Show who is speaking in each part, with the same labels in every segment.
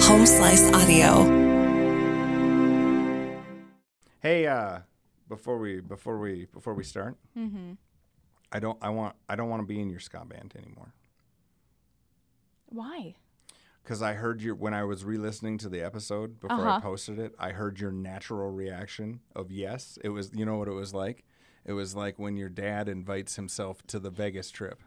Speaker 1: Slice Audio.
Speaker 2: Hey, uh, before we before we before we start, I don't I want I don't want to be in your ska band anymore
Speaker 3: Why?
Speaker 2: because I heard your when I was re-listening to the episode before I
Speaker 3: Uh-huh.
Speaker 2: posted it, I heard your natural reaction of yes. It was you know what it was like. It was like when your dad invites himself to the Vegas trip.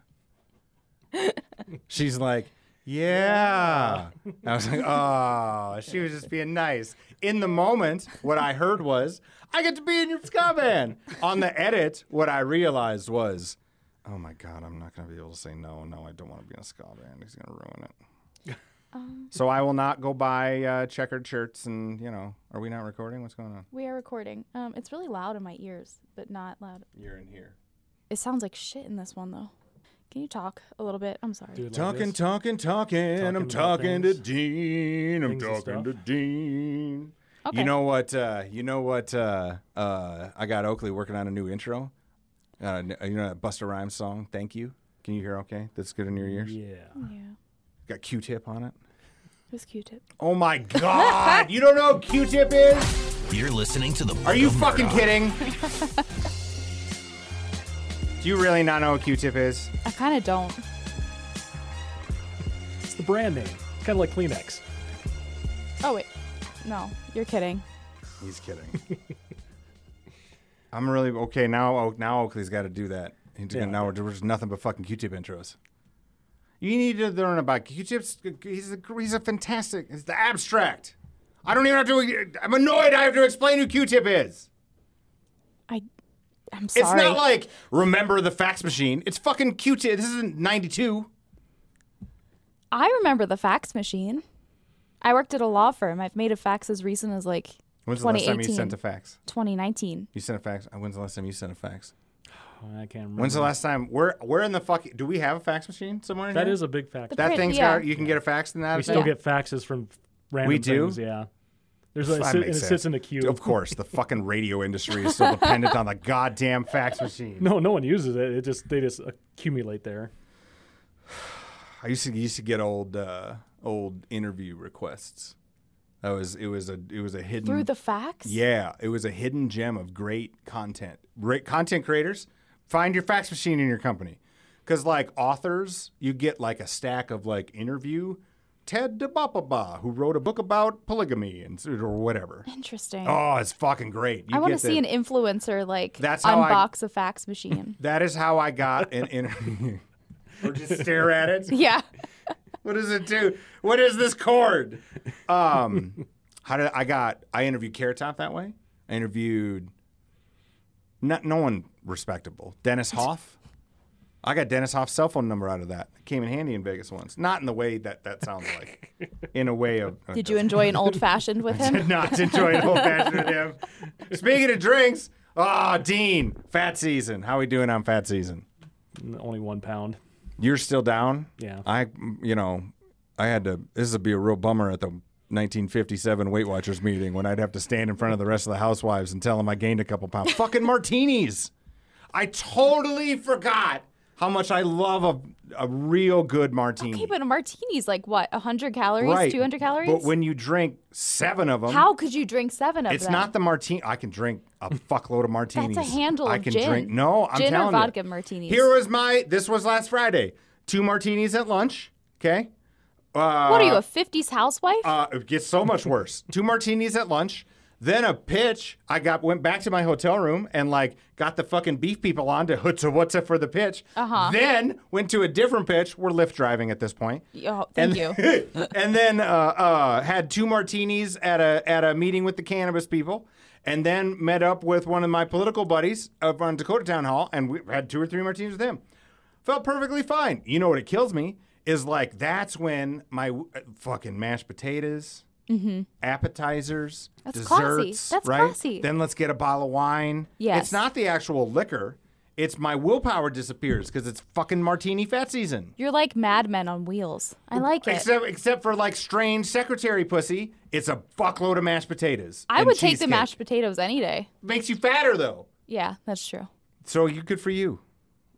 Speaker 2: She's like, yeah. I was like, oh, she was just being nice. In the moment, what I heard was, I get to be in your ska band. On the edit, what I realized was, oh my God, I'm not going to be able to say no. No, I don't want to be in a ska band. It's going to ruin it. So I will not go buy uh, checkered shirts and, you know, are we not recording? What's going on?
Speaker 3: We are recording. Um, it's really loud in my ears, but not loud.
Speaker 2: You're in here.
Speaker 3: It sounds like shit in this one though. Can you talk a little bit? I'm sorry.
Speaker 4: Do it like
Speaker 2: Talking,
Speaker 4: this.
Speaker 2: talking, talking. I'm
Speaker 4: about
Speaker 2: talking to
Speaker 4: things.
Speaker 2: Dean. I'm
Speaker 4: Things and
Speaker 2: talking to
Speaker 4: stuff.
Speaker 2: Dean.
Speaker 3: Okay.
Speaker 2: You know what? Uh, you know what? Uh, uh, I got Oakley working on a new intro. Uh, n- you know that Busta Rhymes song, Thank You? Can you hear okay? That's good in your ears?
Speaker 4: Yeah.
Speaker 3: yeah.
Speaker 2: Got Q Tip on it.
Speaker 3: Who's Q-tip?
Speaker 2: Oh my God. you don't know who Q Tip is?
Speaker 5: You're listening to the.
Speaker 2: Are you fucking kidding? Do you really not know what Q Tip is?
Speaker 3: I kind of don't.
Speaker 4: It's the brand name. It's kind of like Kleenex.
Speaker 3: Oh wait. No, you're kidding.
Speaker 2: He's kidding. I'm really okay now. Oak- Now Oakley's got to do that. He's gonna-
Speaker 4: Yeah.
Speaker 2: now we're, we're just nothing but fucking Q-tip intros. You need to learn about Q-tips. He's a, he's a fantastic. It's the abstract. I don't even have to. I'm annoyed. I have to explain who Q-tip is.
Speaker 3: I I'm sorry.
Speaker 2: It's not like remember the fax machine. It's fucking Q-tip. This isn't '92.
Speaker 3: I remember the fax machine. I worked at a law firm. I've made a fax as recent as like
Speaker 2: When's the last time you
Speaker 3: 2018.
Speaker 2: sent a fax?
Speaker 3: 2019.
Speaker 2: You sent a fax. When's the last time you sent a fax?
Speaker 4: Oh, I can't remember.
Speaker 2: When's the last time? Where where in the fuck? Do we have a fax machine somewhere? in
Speaker 4: That
Speaker 2: here?
Speaker 4: is a big fact.
Speaker 2: That
Speaker 3: Print,
Speaker 2: thing's
Speaker 3: yeah.
Speaker 2: got. You can get a fax in that.
Speaker 4: We
Speaker 2: I think?
Speaker 4: still get faxes from random
Speaker 2: We do?
Speaker 4: things. Yeah. There's like,
Speaker 2: That
Speaker 4: sit, and
Speaker 2: makes
Speaker 4: it
Speaker 2: sense.
Speaker 4: sits in a queue.
Speaker 2: Of course, the fucking radio industry is so dependent on the goddamn fax machine.
Speaker 4: No, no one uses it. It just they just accumulate there.
Speaker 2: I used to used to get old uh, old interview requests. That was it was a it was a hidden
Speaker 3: Through the fax?
Speaker 2: yeah it was a hidden gem of great content. Great content creators, find your fax machine in your company, because like authors, you get like a stack of like interview. Ted DeBapaba, who wrote a book about polygamy and or whatever.
Speaker 3: Interesting.
Speaker 2: Oh, it's fucking great. You
Speaker 3: I want to
Speaker 2: get
Speaker 3: see
Speaker 2: the-
Speaker 3: an influencer like
Speaker 2: That's how I-
Speaker 3: unbox a fax machine.
Speaker 2: That is how I got an interview. or just stare at it.
Speaker 3: yeah.
Speaker 2: What does it do? What is this cord? Um, how did I got? I interviewed Carrot Top that way. I interviewed not no one respectable. Dennis Hoff. I got Dennis Hoff's cell phone number out of that. It came in handy in Vegas once. Not in the way that that sounds like. In a way of.
Speaker 3: Did you enjoy an old fashioned with him?
Speaker 2: did not enjoy an old fashioned with him. Speaking of drinks, ah, Dean, fat season. How we doing on fat season?
Speaker 4: N- Only one pound.
Speaker 2: You're still down?
Speaker 4: Yeah.
Speaker 2: I, you know, I had to, this would be a real bummer at the 1957 Weight Watchers meeting when I'd have to stand in front of the rest of the housewives and tell them I gained a couple pounds. Fucking martinis. I totally forgot how much I love a, a real good martini.
Speaker 3: Okay, but a martini's like what? 100 calories?
Speaker 2: Mm. right.
Speaker 3: 200 calories?
Speaker 2: But when you drink seven of them,
Speaker 3: How could you drink seven of
Speaker 2: it's
Speaker 3: them?
Speaker 2: not the martini. I can drink a fuckload of martinis.
Speaker 3: handle
Speaker 2: I
Speaker 3: of
Speaker 2: can
Speaker 3: gin.
Speaker 2: drink. No, I'm
Speaker 3: Gin or
Speaker 2: telling you.
Speaker 3: vodka martinis?
Speaker 2: Here was my. This was last Friday. Two martinis at lunch. Okay. Uh,
Speaker 3: What are you, a 50s housewife?
Speaker 2: Uh, it gets so much worse. Two martinis at lunch. Then a pitch. I got went back to my hotel room and like got the fucking beef people on to hutza whatza for the pitch. Uh-huh. Then went to a different pitch. We're lift driving at this point.
Speaker 3: oh, thank you.
Speaker 2: and then uh, uh, had two martinis at a at a meeting with the cannabis people, and then met up with one of my political buddies up on Dakota Town Hall, and we had two or three martinis with him. Felt perfectly fine. You know what it kills me is like that's when my w- uh, fucking mashed potatoes, appetizers,
Speaker 3: Mm-hmm. That's classy.
Speaker 2: desserts,
Speaker 3: That's
Speaker 2: right?
Speaker 3: classy.
Speaker 2: Then let's get a bottle of wine.
Speaker 3: Yes.
Speaker 2: it's not the actual liquor. It's my willpower disappears because it's fucking martini fat season.
Speaker 3: You're like Mad Men on wheels. I like it.
Speaker 2: Except, except for like strange secretary pussy, it's a fuckload of mashed potatoes.
Speaker 3: I
Speaker 2: and
Speaker 3: would take the
Speaker 2: cheesecake.
Speaker 3: mashed potatoes any day.
Speaker 2: Makes you fatter though.
Speaker 3: Yeah, that's true.
Speaker 2: So you good for you.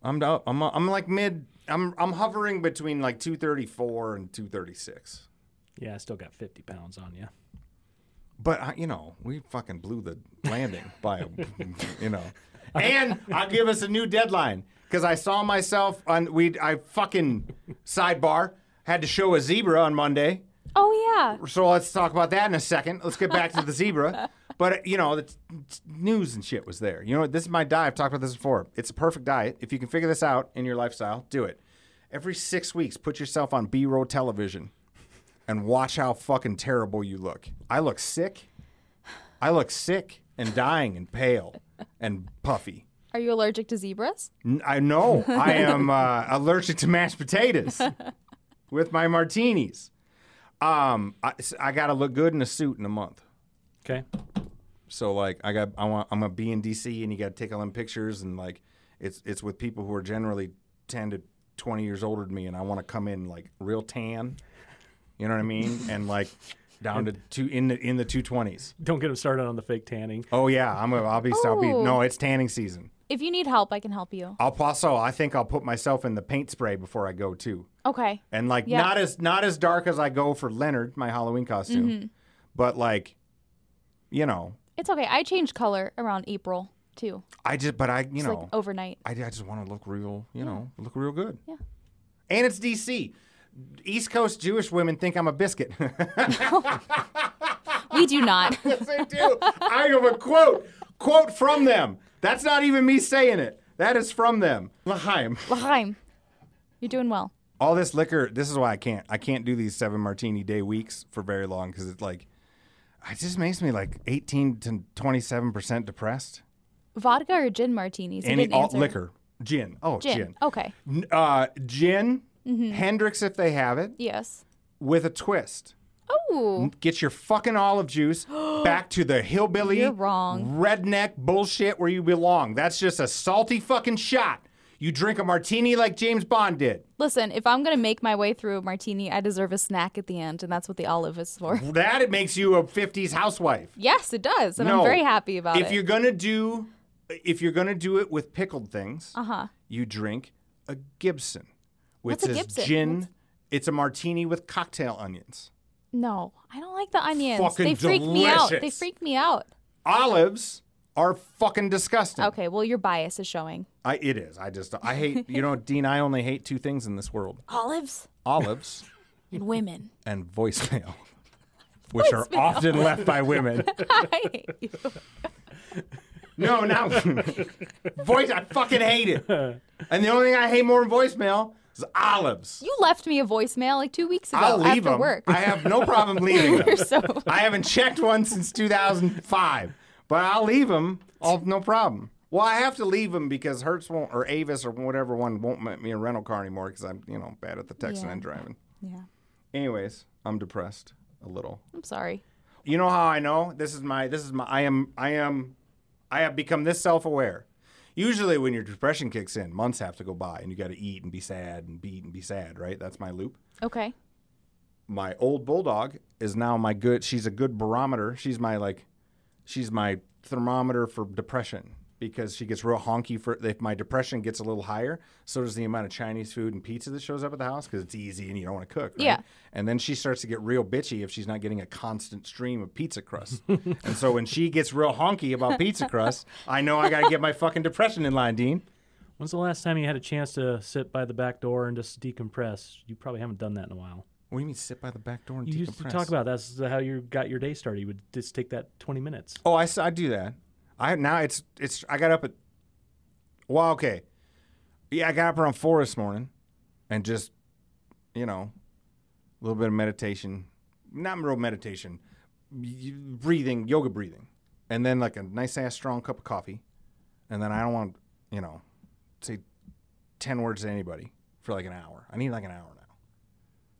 Speaker 2: I'm up. I'm I'm like mid. I'm I'm hovering between like 234 and 236.
Speaker 4: Yeah, I still got 50 pounds on you.
Speaker 2: But I, you know, we fucking blew the landing by, a, you know. And I'll give us a new deadline because I saw myself on we. I fucking sidebar had to show a zebra on Monday,
Speaker 3: Oh yeah.
Speaker 2: so let's talk about that in a second. Let's get back to the zebra. But you know, the t- t- news and shit was there. You know, what? this is my diet. I've talked about this before. It's a perfect diet. If you can figure this out in your lifestyle, do it. Every six weeks, put yourself on B-roll television and watch how fucking terrible you look. I look sick. I look sick and dying and pale and puffy.
Speaker 3: Are you allergic to zebras?
Speaker 2: N- I know. I am uh, allergic to mashed potatoes with my martinis. Um, I, s- I gotta look good in a suit in a month.
Speaker 4: Okay.
Speaker 2: So like, I got I want I'm gonna be in DC, and you gotta take all them pictures, and like, it's it's with people who are generally ten to twenty years older than me, and I want to come in like real tan. You know what I mean? and like down to two in the in the two twenties.
Speaker 4: Don't get him started on the fake tanning.
Speaker 2: Oh yeah, I'm gonna I'll be, I'll be
Speaker 3: Oh.
Speaker 2: no, it's tanning season.
Speaker 3: If you need help, I can help you.
Speaker 2: I'll also I think I'll put myself in the paint spray before I go too.
Speaker 3: Okay.
Speaker 2: and like
Speaker 3: Yeah.
Speaker 2: not as not as dark as I go for Leonard, my Halloween costume,
Speaker 3: Mm-hmm.
Speaker 2: but like, you know,
Speaker 3: It's okay. I change color around April too.
Speaker 2: I just but I you
Speaker 3: It's
Speaker 2: know
Speaker 3: like overnight.
Speaker 2: I, I just want to look real, you know, look real good.
Speaker 3: Yeah.
Speaker 2: And it's DC. East Coast Jewish women think I'm a biscuit.
Speaker 3: We do not.
Speaker 2: yes, they do. I have a quote quote from them. That's not even me saying it. That is from them. L'chaim.
Speaker 3: L'chaim. You're doing well.
Speaker 2: all this liquor this is why i can't i can't do these seven martini day weeks for very long because it's like it just makes me like 18 to 27 percent depressed
Speaker 3: Vodka or gin martinis? You
Speaker 2: any
Speaker 3: didn't
Speaker 2: all,
Speaker 3: answer.
Speaker 2: liquor gin oh
Speaker 3: Gin. Mm-hmm.
Speaker 2: gin
Speaker 3: Okay.
Speaker 2: N- uh, gin hendrix if they have it
Speaker 3: Yes.
Speaker 2: with a twist
Speaker 3: Oh.
Speaker 2: get your fucking olive juice back to the hillbilly
Speaker 3: You're wrong.
Speaker 2: redneck bullshit where you belong that's just a salty fucking shot you drink a martini like james bond did
Speaker 3: Listen, if I'm gonna make my way through a martini, I deserve a snack at the end, and that's what the olive is for.
Speaker 2: that it makes you a 50s housewife
Speaker 3: Yes, it does, and
Speaker 2: No.
Speaker 3: I'm very happy about
Speaker 2: if
Speaker 3: it.
Speaker 2: you're gonna do if you're gonna do it with pickled things
Speaker 3: Uh huh.
Speaker 2: you drink a gibson which
Speaker 3: What's a
Speaker 2: is
Speaker 3: Gibson?
Speaker 2: gin
Speaker 3: What's-
Speaker 2: it's a martini with cocktail onions
Speaker 3: No, I don't like the onions.
Speaker 2: Fucking
Speaker 3: they freak me out. They
Speaker 2: delicious.
Speaker 3: freak me out.
Speaker 2: olives are fucking disgusting
Speaker 3: Okay, well your bias is showing.
Speaker 2: I, it is i just i hate you know dean i only hate two things in this world
Speaker 3: Olives
Speaker 2: olives
Speaker 3: and women.
Speaker 2: and voicemail which are often left by women
Speaker 3: I hate you.
Speaker 2: No, not voice. I fucking hate it. And the only thing I hate more than voicemail is olives.
Speaker 3: You left me a voicemail like two weeks ago
Speaker 2: I'll leave
Speaker 3: after
Speaker 2: them.
Speaker 3: work.
Speaker 2: I have no problem leaving them.
Speaker 3: You're so
Speaker 2: I haven't checked one since 2005, but I'll leave them. All no problem. Well, I have to leave them because Hertz won't, or Avis, or whatever one won't let me a rental car anymore because I'm, you know, bad at the texting
Speaker 3: Yeah.
Speaker 2: and driving.
Speaker 3: Yeah.
Speaker 2: Anyways, I'm depressed a little.
Speaker 3: I'm sorry.
Speaker 2: You know how I know? This is my this is my I am I am I have become this self-aware. Usually when your depression kicks in, months have to go by and you got to eat and be sad and be eat and be sad, right? That's my loop.
Speaker 3: Okay.
Speaker 2: My old bulldog is now my good she's a good barometer. She's my like she's my thermometer for depression because she gets real honky for if my depression gets a little higher, so does the amount of Chinese food and pizza that shows up at the house because it's easy and you don't want to cook. Right?
Speaker 3: Yeah.
Speaker 2: And then she starts to get real bitchy if she's not getting a constant stream of pizza crust. and so when she gets real honky about pizza crust, I know I got to get my fucking depression in line, Dean.
Speaker 4: When's the last time you had a chance to sit by the back door and just decompress? You probably haven't done that in a while.
Speaker 2: What do you mean sit by the back door and
Speaker 4: You used to
Speaker 2: decompress?
Speaker 4: talk about that's how you got your day started. You would just take that 20 minutes.
Speaker 2: Oh, I, s- I do that. I now it's it's I got up at well okay, yeah I got up around four this morning, and just you know, a little bit of meditation, not real meditation, y- breathing yoga breathing, and then like a nice ass strong cup of coffee, and then I don't want you know, say ten words to anybody for like an hour. I need like an hour now.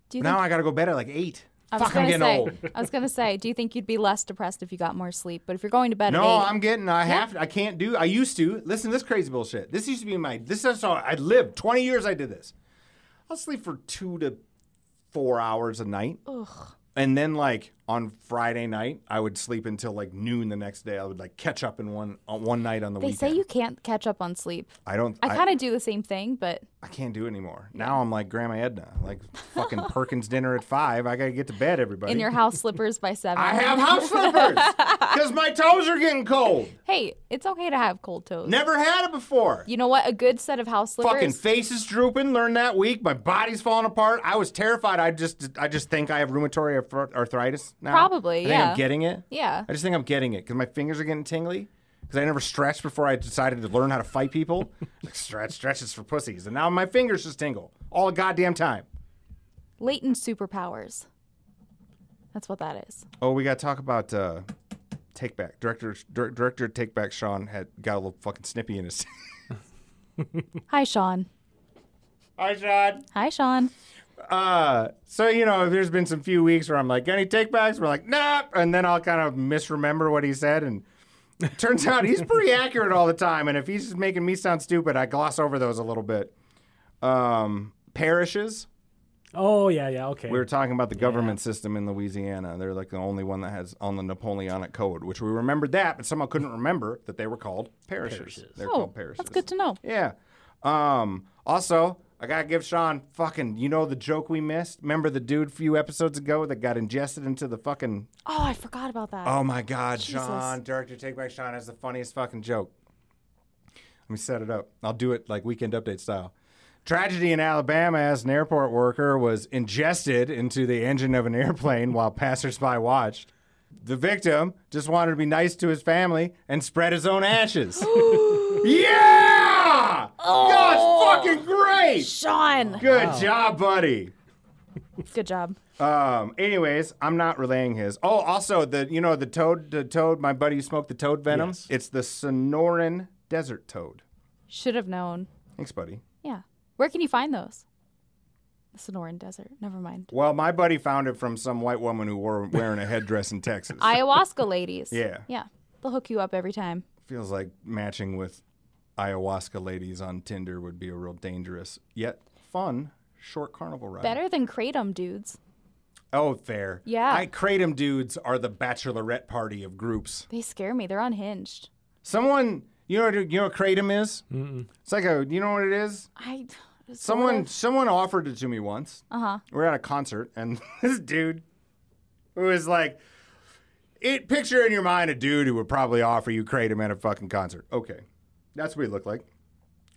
Speaker 3: Do you
Speaker 2: Now
Speaker 3: think
Speaker 2: I got to go bed at like eight.
Speaker 3: I was
Speaker 2: Fuck, I'm
Speaker 3: gonna
Speaker 2: getting
Speaker 3: say
Speaker 2: old.
Speaker 3: I was gonna say, do you think you'd be less depressed if you got more sleep? But if you're going to bed
Speaker 2: No,
Speaker 3: at 8
Speaker 2: I'm getting. I have. I can't do. I used to listen. to This crazy bullshit. This used to be my. This is how I lived. Twenty years I did this. I'll sleep for two to four hours a night, and then like on Friday night I would sleep until like noon the next day. I would like catch up in one on one night on the
Speaker 3: they
Speaker 2: weekend.
Speaker 3: say you can't catch up on sleep.
Speaker 2: I don't.
Speaker 3: I, kind of do the same thing, but
Speaker 2: I can't do it anymore. Now I'm like Grandma Edna, like fucking Perkins dinner at five. I gotta get to bed, everybody.
Speaker 3: in your house slippers by seven.
Speaker 2: I have house slippers because my toes are getting cold.
Speaker 3: Hey, it's okay to have cold toes.
Speaker 2: Never had it before.
Speaker 3: You know what? A good set of house slippers.
Speaker 2: Fucking face is drooping. Learned that week. My body's falling apart. I was terrified. I just, I just think I have rheumatoid arth- arthritis now.
Speaker 3: Probably,
Speaker 2: I think
Speaker 3: yeah.
Speaker 2: I'm getting it.
Speaker 3: Yeah.
Speaker 2: I just think I'm getting it because my fingers are getting tingly. Because I never stretched before I decided to learn how to fight people. like stretch, stretches for pussies, and now my fingers just tingle all the goddamn time.
Speaker 3: Latent superpowers. That's what that is.
Speaker 2: Oh, we gotta talk about uh, Take Back. Director, dir- director, of Take Back. Sean had got a little fucking snippy in his.
Speaker 3: Hi, Sean.
Speaker 2: Hi, Sean.
Speaker 3: Hi, Sean.
Speaker 2: Uh, so you know, there's been some few weeks where I'm like, any take backs? We're like, nope. And then I'll kind of misremember what he said, and it turns out he's pretty accurate all the time. And if he's just making me sound stupid, I gloss over those a little bit. Um, parishes.
Speaker 4: Oh yeah, yeah. Okay.
Speaker 2: We were talking about the government system in Louisiana. They're like the only one that has on the Napoleonic Code, which we remembered that, but somehow couldn't remember that they were called parishes. They're
Speaker 3: Oh,
Speaker 2: called parishes.
Speaker 3: that's good to know.
Speaker 2: Yeah. Um, also, I gotta give Sean fucking. You know the joke we missed. Remember the dude few episodes ago that got ingested into the fucking.
Speaker 3: Oh, I forgot about that.
Speaker 2: Oh my God,
Speaker 3: Jesus.
Speaker 2: Sean, director, take back Sean has the funniest fucking joke. Let me set it up. I'll do it like Weekend Update style. Tragedy in Alabama as an airport worker was ingested into the engine of an airplane while passersby watched. The victim just wanted to be nice to his family and spread his own ashes. yeah! That's fucking great!
Speaker 3: Sean.
Speaker 2: Good job, buddy.
Speaker 3: Good job.
Speaker 2: Um. Anyways, I'm not relaying his. Oh, also the you know the toad, the toad. My buddy who smoked the toad venom.
Speaker 4: Yes.
Speaker 2: It's the Sonoran desert toad.
Speaker 3: Should have known.
Speaker 2: Thanks, buddy.
Speaker 3: Yeah. Where can you find those? The Sonoran Desert. Never mind.
Speaker 2: Well, my buddy found it from some white woman who wore wearing a headdress in Texas.
Speaker 3: Ayahuasca ladies.
Speaker 2: Yeah.
Speaker 3: Yeah. They'll hook you up every time.
Speaker 2: Feels like matching with ayahuasca ladies on Tinder would be a real dangerous yet fun short carnival ride.
Speaker 3: Better than Kratom dudes.
Speaker 2: Oh, fair.
Speaker 3: Yeah.
Speaker 2: I kratom dudes are the bachelorette party of groups.
Speaker 3: They scare me. They're unhinged.
Speaker 2: Someone, you know, what- you know what kratom is? Mm-mm. It's like a, you know what it is?
Speaker 3: I.
Speaker 2: Someone, someone offered it to me once. Uh
Speaker 3: Uh-huh.
Speaker 2: huh. We were at a concert, and this dude, who was like, it picture in your mind a dude who would probably offer you kratom at a fucking concert. Okay, that's what he looked like.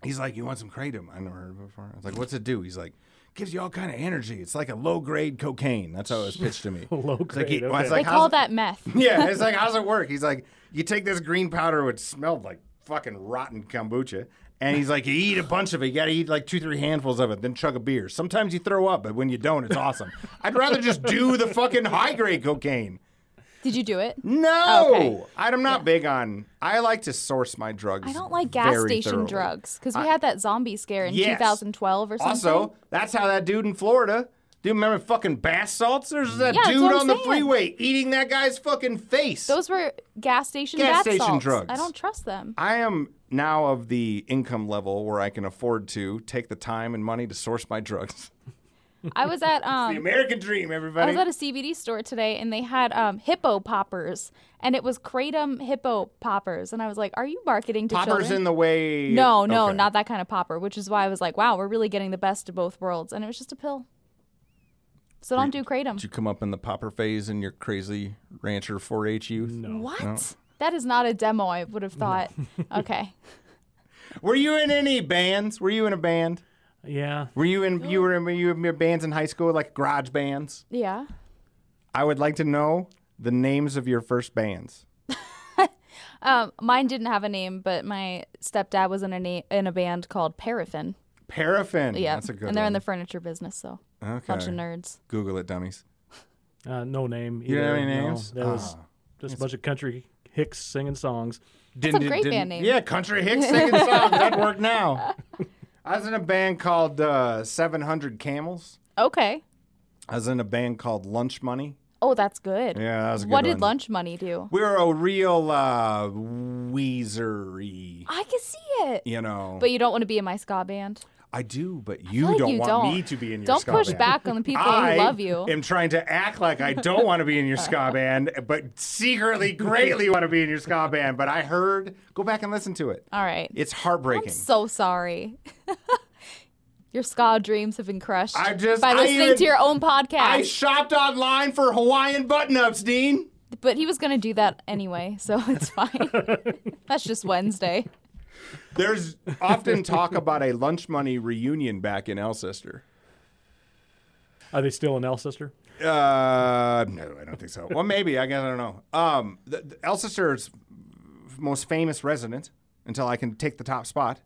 Speaker 2: He's like, you want some kratom? I never heard of it before. I was like, what's it do? He's like. Gives you all kind of energy. It's like a low grade cocaine. That's how it was pitched to me.
Speaker 4: Low
Speaker 2: It's like he-
Speaker 4: grade,
Speaker 2: well, it's
Speaker 4: okay.
Speaker 2: like,
Speaker 3: They call
Speaker 2: how's-
Speaker 3: that meth.
Speaker 2: yeah, it's like, how's it work? He's like, you take this green powder, which smelled like fucking rotten kombucha, and he's like, you eat a bunch of it. You got to eat like two, three handfuls of it, then chug a beer. Sometimes you throw up, but when you don't, it's awesome. I'd rather just do the fucking high grade cocaine.
Speaker 3: Did you do it?
Speaker 2: No,
Speaker 3: Okay.
Speaker 2: I'm not big on. I like to source my drugs.
Speaker 3: I don't like gas
Speaker 2: very
Speaker 3: station
Speaker 2: thoroughly.
Speaker 3: drugs because we had that zombie scare in
Speaker 2: Yes.
Speaker 3: 2012 or something.
Speaker 2: Also, that's how that dude in Florida. Do you remember fucking bath salts? There's that
Speaker 3: Yeah, that's
Speaker 2: dude
Speaker 3: what I'm
Speaker 2: on the
Speaker 3: saying.
Speaker 2: freeway eating that guy's fucking face.
Speaker 3: those were gas station
Speaker 2: Gas
Speaker 3: bath
Speaker 2: station
Speaker 3: salts.
Speaker 2: drugs.
Speaker 3: I don't trust them.
Speaker 2: I am now of the income level where I can afford to take the time and money to source my drugs.
Speaker 3: I was at
Speaker 2: The
Speaker 3: um,
Speaker 2: American dream,
Speaker 3: I
Speaker 2: everybody.
Speaker 3: was at a CBD store today and they had um, hippo poppers and it was kratom hippo poppers and I was like, are you marketing to
Speaker 2: Poppers
Speaker 3: children?
Speaker 2: in the way.
Speaker 3: no, no,
Speaker 2: Okay.
Speaker 3: not that kind of popper. Which is why I was like, wow, we're really getting the best of both worlds. And it was just a pill. So don't do kratom.
Speaker 2: Did you come up in the popper phase in your crazy rancher 4-H youth? No.
Speaker 3: what? That is not a demo. I would have thought. okay.
Speaker 2: Were you in any bands? Were you in a band?
Speaker 4: yeah.
Speaker 2: Were you in you were in were you in your bands in high school like garage bands?
Speaker 3: Yeah.
Speaker 2: I would like to know the names of your first bands.
Speaker 3: Um, mine didn't have a name, but my stepdad was in a na- in a band called Paraffin.
Speaker 2: Paraffin.
Speaker 3: Yeah,
Speaker 2: That's a good
Speaker 3: and they're in the
Speaker 2: one.
Speaker 3: furniture business, so
Speaker 2: okay.
Speaker 3: bunch of nerds.
Speaker 2: Google it, dummies.
Speaker 4: Uh, no name.
Speaker 2: You don't
Speaker 4: either,
Speaker 2: have any
Speaker 4: no.
Speaker 2: names?
Speaker 4: That was
Speaker 2: Ah.
Speaker 4: just a bunch of country hicks singing songs.
Speaker 2: That's
Speaker 3: a great band name.
Speaker 2: Yeah, Country Hicks singing songs. That'd work now. I was in a band called uh, 700 Camels.
Speaker 3: Okay.
Speaker 2: I was in a band called Lunch Money.
Speaker 3: Oh, that's good.
Speaker 2: Yeah, that was a good
Speaker 3: what
Speaker 2: one.
Speaker 3: did lunch money do?
Speaker 2: We were a real uh, Weezer-y,
Speaker 3: I can see it.
Speaker 2: you know.
Speaker 3: But you don't want to be in my ska band.
Speaker 2: I do, but you
Speaker 3: like
Speaker 2: don't
Speaker 3: you
Speaker 2: want
Speaker 3: don't.
Speaker 2: me to be in your
Speaker 3: Don't
Speaker 2: ska
Speaker 3: push
Speaker 2: band.
Speaker 3: back on the people
Speaker 2: I
Speaker 3: who love you.
Speaker 2: am trying to act like I don't want to be in your ska band, but secretly greatly want to be in your ska band. But I heard, go back and listen to it.
Speaker 3: All right.
Speaker 2: It's heartbreaking.
Speaker 3: I'm so sorry. Your ska dreams have been crushed
Speaker 2: I just-
Speaker 3: by
Speaker 2: I
Speaker 3: listening
Speaker 2: even-
Speaker 3: to your own podcast.
Speaker 2: I shopped online for Hawaiian button ups, Dean.
Speaker 3: but he was going to do that anyway, so it's fine. That's just Wednesday.
Speaker 2: There's often talk about a lunch money reunion back in Elcester.
Speaker 4: Are they still in Elcester?
Speaker 2: Uh, no, I don't think so. Well, maybe. I guess I don't know. Um, the, the Elcester's most famous resident, until I can take the top spot,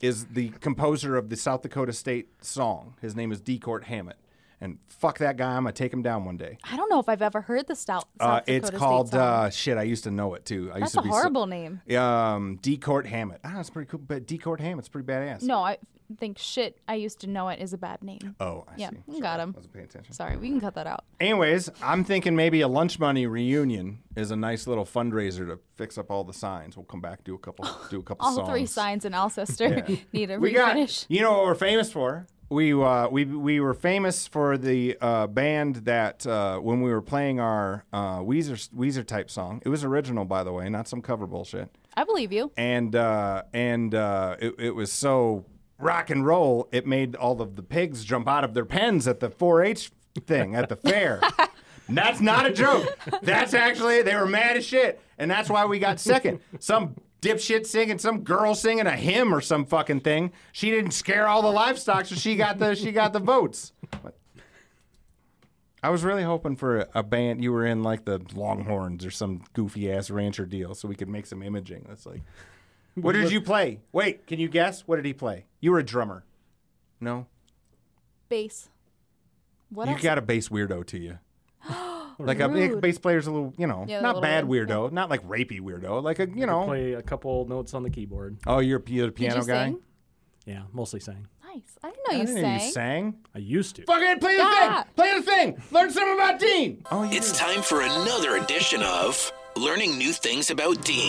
Speaker 2: is the composer of the South Dakota State song. His name is Decourt Hammett. And fuck that guy. I'm going to take him down one day.
Speaker 3: I don't know if I've ever heard the stout.
Speaker 2: Uh,
Speaker 3: South
Speaker 2: it's
Speaker 3: Dakota
Speaker 2: called,
Speaker 3: State song.
Speaker 2: uh, shit, I used to know it too. I used
Speaker 3: That's
Speaker 2: to
Speaker 3: a
Speaker 2: be so-
Speaker 3: horrible name.
Speaker 2: um, Decourt Hammett. Ah, that's pretty cool. But Decourt Hammett's pretty badass.
Speaker 3: No, I think shit. I used to know it is a bad name.
Speaker 2: Oh, I
Speaker 3: Yeah,
Speaker 2: see.
Speaker 3: you got him.
Speaker 2: Wasn't paying attention.
Speaker 3: Sorry, we can cut that out.
Speaker 2: Anyways, I'm thinking maybe a lunch money reunion is a nice little fundraiser to fix up all the signs. We'll come back do a couple do a couple
Speaker 3: All
Speaker 2: songs.
Speaker 3: three signs in Alcester need a
Speaker 2: We got
Speaker 3: refinish.
Speaker 2: you know what we're famous for. We uh, we we were famous for the uh, band that uh, when we were playing our uh, Weezer Weezer type song. It was original, by the way, not some cover bullshit
Speaker 3: I believe you.
Speaker 2: and uh, and uh, it, it was so rock and roll. It made all of the pigs jump out of their pens at the 4-H thing at the fair. And That's not a joke. That's actually they were mad as shit, and that's why we got second. Some dipshit singing, some girl singing a hymn or some fucking thing. She didn't scare all the livestock, so she got the she got the votes. I was really hoping for a band you were in, like the Longhorns or some goofy ass rancher deal, so we could make some imaging. That's like, what did you play? Wait, can you guess? What did he play? You were a drummer. No,
Speaker 3: Bass. What
Speaker 2: you
Speaker 3: else?
Speaker 2: got a bass weirdo to you. like a big
Speaker 3: Rude.
Speaker 2: bass player's a little, you know,
Speaker 3: Yeah,
Speaker 2: not
Speaker 3: a little
Speaker 2: bad
Speaker 3: weird.
Speaker 2: weirdo, not like rapey weirdo, like a you know.
Speaker 4: Play a couple notes on the keyboard.
Speaker 2: Oh, you're a, pi- you're a
Speaker 3: Did
Speaker 2: piano
Speaker 3: you
Speaker 2: guy.
Speaker 3: sing?
Speaker 4: Yeah, mostly sang.
Speaker 3: Nice. I didn't know
Speaker 2: I
Speaker 3: you
Speaker 2: didn't know
Speaker 3: sang.
Speaker 2: you sang.
Speaker 4: I used to.
Speaker 2: Fucking play the
Speaker 3: Yeah.
Speaker 2: thing. Play the thing. Learn something about Dean. Oh, you
Speaker 1: It's time for another edition of Learning New Things About Dean.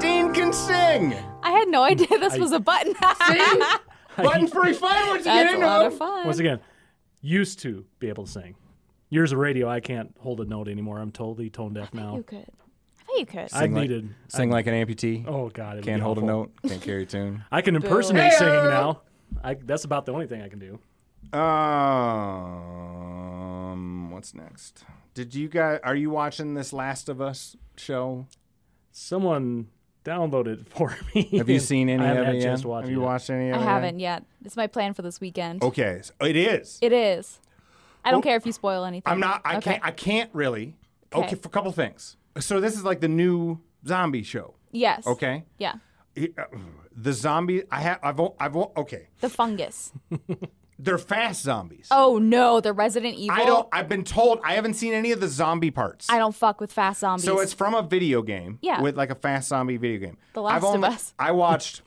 Speaker 2: Dean can sing.
Speaker 3: I had no idea this was a button.
Speaker 2: Button free fireworks.
Speaker 3: That's
Speaker 2: you
Speaker 3: a
Speaker 2: know.
Speaker 3: lot of fun.
Speaker 4: Once again, used to be able to sing. Years of radio, I can't hold a note anymore. I'm totally tone deaf now.
Speaker 3: You could. I bet you could.
Speaker 4: I
Speaker 2: Sing like-
Speaker 4: needed.
Speaker 2: Sing like an amputee.
Speaker 4: Oh God, it would
Speaker 2: Can't
Speaker 4: be
Speaker 2: hold a
Speaker 4: awful.
Speaker 2: note. Can't carry a tune.
Speaker 4: I can impersonate
Speaker 2: Boo.
Speaker 4: singing now. I, that's about the only thing I can do.
Speaker 2: Um, what's next? Did you guys? Are you watching this Last of Us show?
Speaker 4: Someone downloaded it for me.
Speaker 2: Have you seen any
Speaker 4: I haven't
Speaker 2: of
Speaker 4: had
Speaker 2: it
Speaker 4: a chance
Speaker 2: yet?
Speaker 4: to watch
Speaker 2: Have
Speaker 4: it
Speaker 2: you
Speaker 4: yet.
Speaker 2: watched any of
Speaker 3: I
Speaker 2: it? yet?
Speaker 3: haven't yet. It's my plan for this weekend.
Speaker 2: Okay, so it is.
Speaker 3: It is. I don't
Speaker 2: Well,
Speaker 3: care if you spoil anything.
Speaker 2: I'm not. I
Speaker 3: Okay.
Speaker 2: can't. I can't really. Okay.
Speaker 3: Okay.
Speaker 2: for a couple things. So this is like the new zombie show.
Speaker 3: Yes.
Speaker 2: Okay.
Speaker 3: Yeah.
Speaker 2: It- uh, The zombie. I have. I've. o- I've. o- Okay.
Speaker 3: The fungus.
Speaker 2: They're fast zombies.
Speaker 3: Oh no, the Resident Evil.
Speaker 2: I don't. I've been told. I haven't seen any of the zombie parts.
Speaker 3: I don't fuck with fast zombies.
Speaker 2: So it's from a video game.
Speaker 3: Yeah.
Speaker 2: With like a fast zombie video game.
Speaker 3: The Last
Speaker 2: I've
Speaker 3: of
Speaker 2: only,
Speaker 3: Us.
Speaker 2: I watched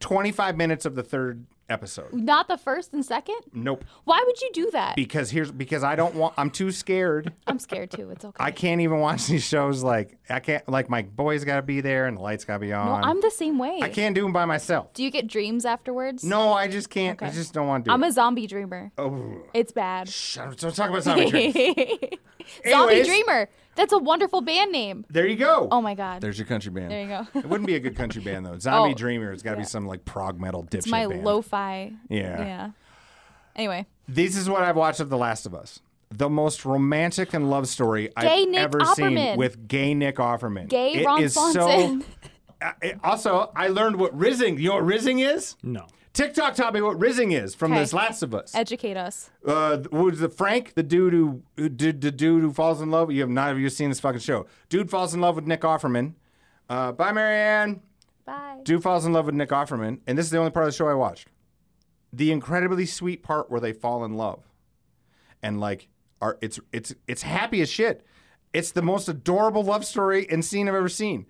Speaker 2: 25 minutes of the third episode.
Speaker 3: not the first and second.
Speaker 2: Nope.
Speaker 3: Why would you do that?
Speaker 2: Because here's because I don't want. I'm too scared.
Speaker 3: I'm scared too. It's okay.
Speaker 2: I can't even watch these shows. Like I can't. Like my boy's got to be there and the lights got to be on.
Speaker 3: No, I'm the same way.
Speaker 2: I can't do them by myself.
Speaker 3: Do you get dreams afterwards?
Speaker 2: No, I just can't. I
Speaker 3: Okay.
Speaker 2: just don't want to do.
Speaker 3: I'm
Speaker 2: it.
Speaker 3: a zombie dreamer.
Speaker 2: Oh,
Speaker 3: It's bad.
Speaker 2: shut up. Don't talk about zombie. dreams.
Speaker 3: zombie
Speaker 2: Anyways.
Speaker 3: dreamer. That's a wonderful band name.
Speaker 2: There you go.
Speaker 3: Oh my god.
Speaker 2: There's your country band.
Speaker 3: There you go.
Speaker 2: it wouldn't be a good country band though. Zombie
Speaker 3: Oh,
Speaker 2: Dreamer. It's got to
Speaker 3: yeah.
Speaker 2: be some like prog metal dipshit
Speaker 3: it's my
Speaker 2: band.
Speaker 3: lo-fi.
Speaker 2: Yeah.
Speaker 3: Yeah. Anyway,
Speaker 2: This is what I've watched of The Last of Us. The most romantic and love story
Speaker 3: Gay
Speaker 2: I've
Speaker 3: Nick
Speaker 2: ever seen
Speaker 3: Offerman.
Speaker 2: with gay Nick Offerman.
Speaker 3: gay
Speaker 2: It
Speaker 3: Ron
Speaker 2: is
Speaker 3: Swanson.
Speaker 2: so. Uh, it- also, I learned what rizzing. You know what rizzing is?
Speaker 4: No.
Speaker 2: TikTok taught me what rizzing is from
Speaker 3: Okay.
Speaker 2: this Last of Us.
Speaker 3: Educate us.
Speaker 2: Uh, th- what was the Frank, the dude who, who did the dude who falls in love? You have not have you seen this fucking show? Dude falls in love with Nick Offerman. Uh, bye, Marianne.
Speaker 3: Bye.
Speaker 2: Dude falls in love with Nick Offerman, and this is the only part of the show I watched. The incredibly sweet part where they fall in love, and like, are it's it's it's happy as shit. It's the most adorable love story and scene I've ever seen.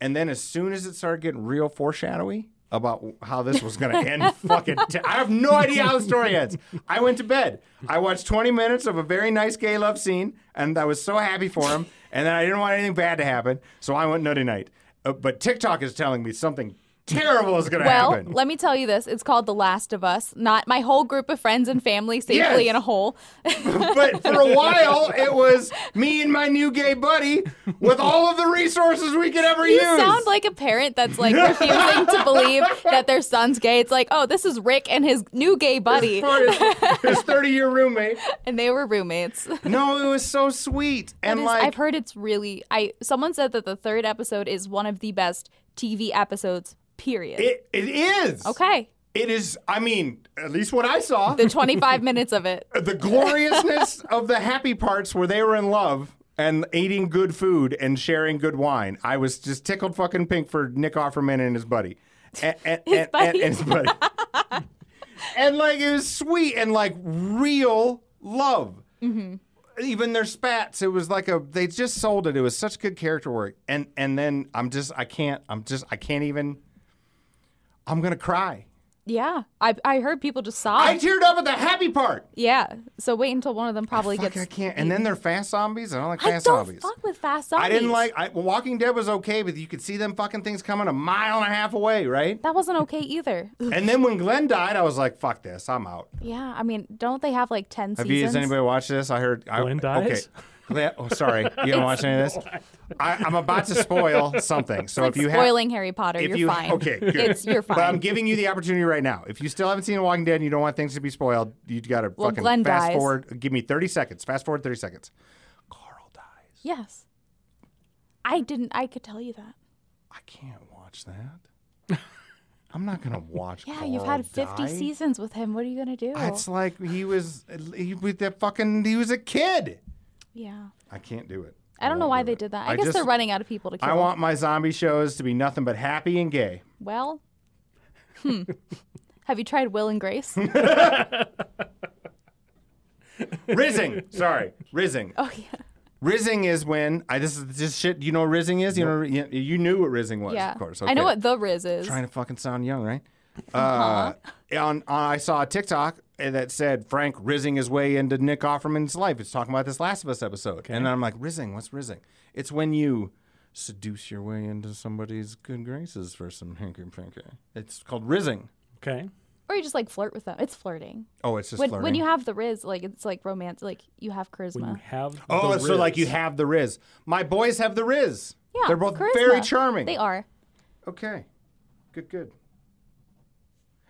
Speaker 2: And then as soon as it started getting real foreshadowy about how this was going to end, fucking, t- I have no idea how the story ends. I went to bed. I watched 20 minutes of a very nice gay love scene, and I was so happy for him. And then I didn't want anything bad to happen, so I went nutty night. Uh, but TikTok is telling me something terrible is going to
Speaker 3: Well,
Speaker 2: happen.
Speaker 3: let me tell you this. It's called The Last of Us. Not my whole group of friends and family safely
Speaker 2: Yes.
Speaker 3: in a hole.
Speaker 2: but for a while, it was me and my new gay buddy with all of the resources we could ever
Speaker 3: You
Speaker 2: use.
Speaker 3: sound like a parent that's like refusing to believe that their son's gay. It's like, oh, this is Rick and his new gay buddy,
Speaker 2: for his, his 30 year roommate.
Speaker 3: and they were roommates.
Speaker 2: No, it was so sweet. And
Speaker 3: It is-
Speaker 2: like,
Speaker 3: I've heard it's really. I someone said that the third episode is one of the best TV episodes. Period.
Speaker 2: it, it is.
Speaker 3: okay,
Speaker 2: It is, I mean, at least what I saw.
Speaker 3: the 25 minutes of it.
Speaker 2: the gloriousness of the happy parts where they were in love and eating good food and sharing good wine. I was just tickled fucking pink for Nick Offerman and his buddy. And, and, and, and- and his buddy. and like it was sweet and like real love. Even their spats, it was like a they just sold it. It was such good character work. And and then I'm just I can't I'm just I can't even I'm gonna cry.
Speaker 3: Yeah, I I heard people just
Speaker 2: I
Speaker 3: sob.
Speaker 2: teared up at the happy part.
Speaker 3: yeah, so wait until one of them probably
Speaker 2: Fuck,
Speaker 3: gets.
Speaker 2: I can't. And then they're fast zombies. I don't like
Speaker 3: I
Speaker 2: fast
Speaker 3: don't
Speaker 2: zombies.
Speaker 3: fuck with fast zombies.
Speaker 2: I didn't like I, well, Walking Dead was okay, but you could see them fucking things coming a mile and a half away, right?
Speaker 3: That wasn't okay either.
Speaker 2: and then when Glenn died, I was like, "Fuck this, I'm out."
Speaker 3: yeah, I mean, don't they have like 10
Speaker 2: Have you? Has
Speaker 3: seasons?
Speaker 2: anybody watched this? I heard I,
Speaker 4: Glenn dies?
Speaker 2: Okay. Glenn, oh, sorry, you don't watch any of this. I, I'm about to spoil something, so
Speaker 3: like
Speaker 2: if you have
Speaker 3: spoiling Harry Potter,
Speaker 2: if
Speaker 3: you're
Speaker 2: you-
Speaker 3: fine.
Speaker 2: okay, good.
Speaker 3: It's you're fine.
Speaker 2: But I'm giving you the opportunity right now. If you still haven't seen The Walking Dead and you don't want things to be spoiled, you got to
Speaker 3: Well,
Speaker 2: fucking
Speaker 3: Glenn
Speaker 2: fast
Speaker 3: dies.
Speaker 2: forward. Give me 30 seconds. Fast forward 30 seconds. Carl dies.
Speaker 3: yes. I didn't I could tell you that.
Speaker 2: I can't watch that. I'm not gonna watch.
Speaker 3: Yeah, you've had
Speaker 2: Carl
Speaker 3: 50
Speaker 2: die.
Speaker 3: seasons with him. What are you going to do?
Speaker 2: It's like he was he was that fucking he was a kid.
Speaker 3: yeah.
Speaker 2: I can't do it.
Speaker 3: I don't know
Speaker 2: won't
Speaker 3: why
Speaker 2: do
Speaker 3: they
Speaker 2: it.
Speaker 3: did that. I, guess
Speaker 2: just-
Speaker 3: they're running out of people to kill.
Speaker 2: I want my zombie shows to be nothing but happy and gay.
Speaker 3: Well, hmm. have you tried Will and Grace?
Speaker 2: Rizzing, sorry, rizzing.
Speaker 3: oh yeah.
Speaker 2: Rizzing is when I this is just shit. You know what rizzing is? You know you, you knew what rizzing was,
Speaker 3: Yeah.
Speaker 2: of course.
Speaker 3: I know
Speaker 2: okay.
Speaker 3: what the Riz is.
Speaker 2: trying to fucking sound young, right?
Speaker 3: Uh-huh.
Speaker 2: Uh, on, on I saw a TikTok that said Frank rizzing his way into Nick Offerman's life. It's talking about this Last of Us episode, and I'm like, rizzing? What's rizzing? It's when you seduce your way into somebody's good graces for some hanky panky. It's called rizzing.
Speaker 4: Okay.
Speaker 3: or you just like flirt with them. It's flirting.
Speaker 2: Oh, it's just
Speaker 3: When,
Speaker 2: flirting.
Speaker 3: when you have the Riz, like it's like romance. Like you have
Speaker 4: When you
Speaker 3: charisma.
Speaker 4: have
Speaker 2: oh,
Speaker 4: the
Speaker 2: so like you
Speaker 4: Riz.
Speaker 2: have the rizz. My boys have the rizz.
Speaker 3: Yeah,
Speaker 2: they're both
Speaker 3: charisma.
Speaker 2: very charming.
Speaker 3: They are.
Speaker 2: Okay. Good, good.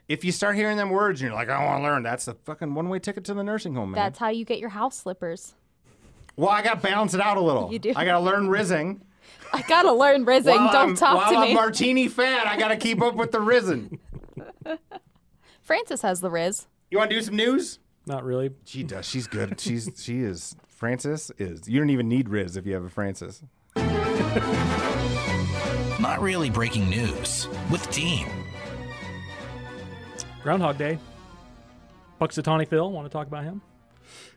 Speaker 2: If you start hearing them words and you're like, I want to learn, that's the fucking one way ticket to the nursing home, man.
Speaker 3: That's how you get your house slippers.
Speaker 2: Well, I got to balance it out a little.
Speaker 3: You do.
Speaker 2: I got to learn rizzing.
Speaker 3: I gotta learn rizzing.
Speaker 2: While
Speaker 3: Don't
Speaker 2: I'm,
Speaker 3: talk
Speaker 2: while
Speaker 3: to
Speaker 2: I'm
Speaker 3: me.
Speaker 2: martini fat, I got to keep up with the rizzing.
Speaker 3: Francis has the riz.
Speaker 2: You want to do some news?
Speaker 4: Not really.
Speaker 2: She does. She's good. She's she is. Francis is. You don't even need rizz if you have a Francis.
Speaker 1: Not really breaking news with Dean.
Speaker 4: Groundhog Day. Puxatawny Phil. Want to talk about him?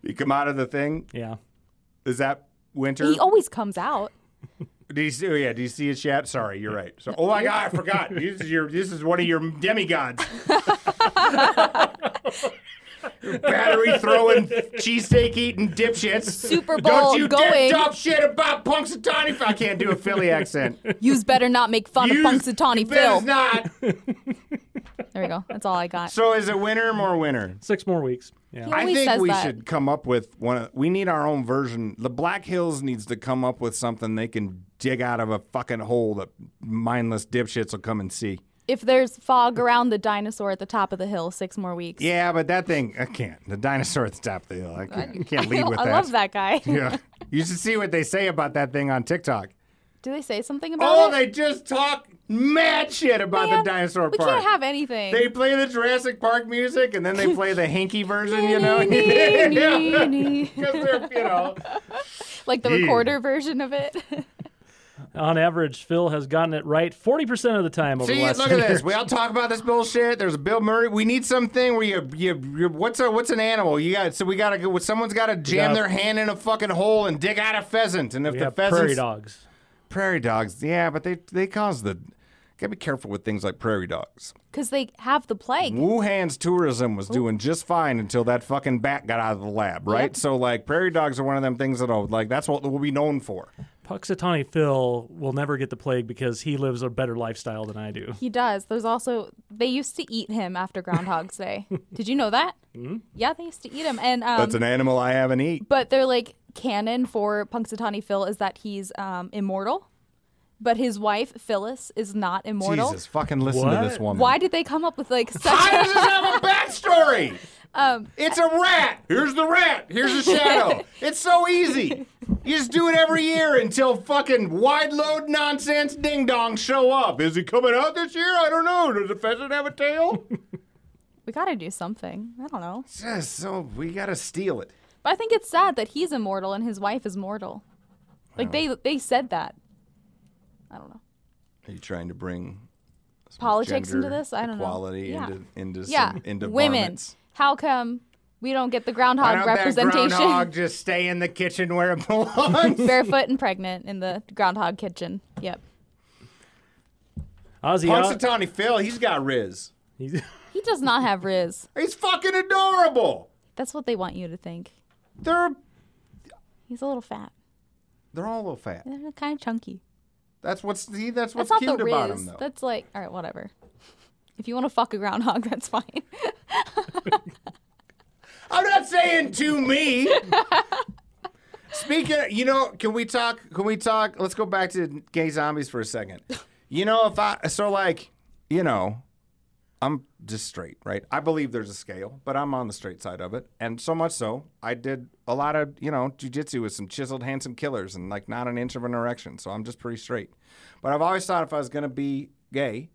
Speaker 2: You come out of the thing.
Speaker 4: Yeah.
Speaker 2: Is that winter?
Speaker 3: He always comes out.
Speaker 2: Do you see? Oh yeah. Do you see his shadow? Sorry, you're right. So, oh my God, I forgot. This is your. This is one of your demigods. Battery throwing, cheesesteak eating dipshits.
Speaker 3: Super Bowl
Speaker 2: Don't you dare
Speaker 3: going.
Speaker 2: talk shit about Punxsutawney. I can't do a Philly accent.
Speaker 3: Yous better not make fun
Speaker 2: Use-
Speaker 3: of Punxsutawney
Speaker 2: that
Speaker 3: Phil.
Speaker 2: is not.
Speaker 3: there we go. That's all I got.
Speaker 2: So is it winter or more winter?
Speaker 4: Six more weeks. Yeah.
Speaker 3: Yeah.
Speaker 2: I
Speaker 3: always
Speaker 2: think
Speaker 3: says
Speaker 2: we
Speaker 3: that.
Speaker 2: should come up with one. Of, we need our own version. The Black Hills needs to come up with something they can dig out of a fucking hole that mindless dipshits will come and see.
Speaker 3: if there's fog around the dinosaur at the top of the hill, six more weeks.
Speaker 2: Yeah, but that thing, I can't. The dinosaur at the top of the hill. I can't, I can't lead with
Speaker 3: I
Speaker 2: that.
Speaker 3: love that guy.
Speaker 2: Yeah. You should see what they say about that thing on TikTok.
Speaker 3: Do they say something about
Speaker 2: Oh,
Speaker 3: it?
Speaker 2: they just talk mad shit about
Speaker 3: Man,
Speaker 2: the dinosaur
Speaker 3: we
Speaker 2: park.
Speaker 3: can't have anything.
Speaker 2: they play the Jurassic Park music and then they play the hinky version, you know?
Speaker 3: like
Speaker 2: 'Cause they're, you know.
Speaker 3: the
Speaker 2: Yeah.
Speaker 3: recorder version of it.
Speaker 4: On average, Phil has gotten it right 40% of the time over
Speaker 2: See,
Speaker 4: the
Speaker 2: look
Speaker 4: last
Speaker 2: at
Speaker 4: ten
Speaker 2: this.
Speaker 4: years.
Speaker 2: We all talk about this bullshit. There's a Bill Murray. We need something where you, you, you what's a, what's an animal? You got so we got to someone's got to jam
Speaker 4: got-
Speaker 2: their hand in a fucking hole and dig out a pheasant. And if
Speaker 4: We
Speaker 2: the
Speaker 4: have
Speaker 2: pheasant
Speaker 4: prairie dogs.
Speaker 2: Prairie dogs, yeah, but they they cause the gotta be careful with things like prairie dogs.
Speaker 3: Because they have the plague.
Speaker 2: Wuhan's tourism was doing just fine until that fucking bat got out of the lab, right? So like prairie dogs are one of them things that'll like that's what we'll be known for.
Speaker 4: Puxatawny Phil will never get the plague because he lives a better lifestyle than I do.
Speaker 3: He does. There's also they used to eat him after Groundhog's Day. Did you know that? Mm-hmm. Yeah, they used to eat him, and um,
Speaker 2: Hmm? That's an animal I haven't eaten.
Speaker 3: but they're like canon for Punxsutawney Phil is that he's um, immortal, but his wife Phyllis is not immortal.
Speaker 2: Jesus, fucking listen to this
Speaker 4: What?
Speaker 2: woman.
Speaker 3: Why did they come up with like
Speaker 2: Why
Speaker 3: such?
Speaker 2: does this have a backstory?
Speaker 3: Um,
Speaker 2: it's a rat. Here's the rat. Here's the shadow. it's so easy. You just do it every year until fucking wide load nonsense ding dong show up. Is he coming out this year? I don't know. Does the pheasant have a tail?
Speaker 3: we gotta do something. I don't know.
Speaker 2: Just so we gotta steal it.
Speaker 3: But I think it's sad that he's immortal and his wife is mortal. Like they they said that. I don't know.
Speaker 2: Are you trying to bring some
Speaker 3: Politics
Speaker 2: gender
Speaker 3: into this? I don't know.
Speaker 2: equality
Speaker 3: Yeah.
Speaker 2: into into
Speaker 3: Yeah,
Speaker 2: some, into
Speaker 3: women.
Speaker 2: varmints?
Speaker 3: How come we don't get the
Speaker 2: Why
Speaker 3: groundhog
Speaker 2: don't
Speaker 3: representation?
Speaker 2: that groundhog just stay in the kitchen where it belongs?
Speaker 3: Barefoot and pregnant in the groundhog kitchen. Yep.
Speaker 4: Ozzy, Oz-
Speaker 2: Punxsutawney Phil, he's got Riz.
Speaker 4: he's-
Speaker 3: He does not have Riz.
Speaker 2: He's fucking adorable.
Speaker 3: That's what they want you to think.
Speaker 2: They're
Speaker 3: He's a little fat.
Speaker 2: they're all a little fat.
Speaker 3: They're kind of chunky.
Speaker 2: That's what's see, that's what's
Speaker 3: That's not
Speaker 2: cute
Speaker 3: the
Speaker 2: about
Speaker 3: Riz.
Speaker 2: him though.
Speaker 3: That's like, all right, whatever. If you want to fuck a groundhog, that's fine.
Speaker 2: I'm not saying to me. Speaking, of, you know, can we talk? Can we talk? Let's go back to gay zombies for a second. You know, if I so like, you know, I'm just straight, right? I believe there's a scale, but I'm on the straight side of it, and so much so, I did a lot of you know jujitsu with some chiseled, handsome killers, and like not an inch of an erection. So I'm just pretty straight. But I've always thought if I was gonna be gay,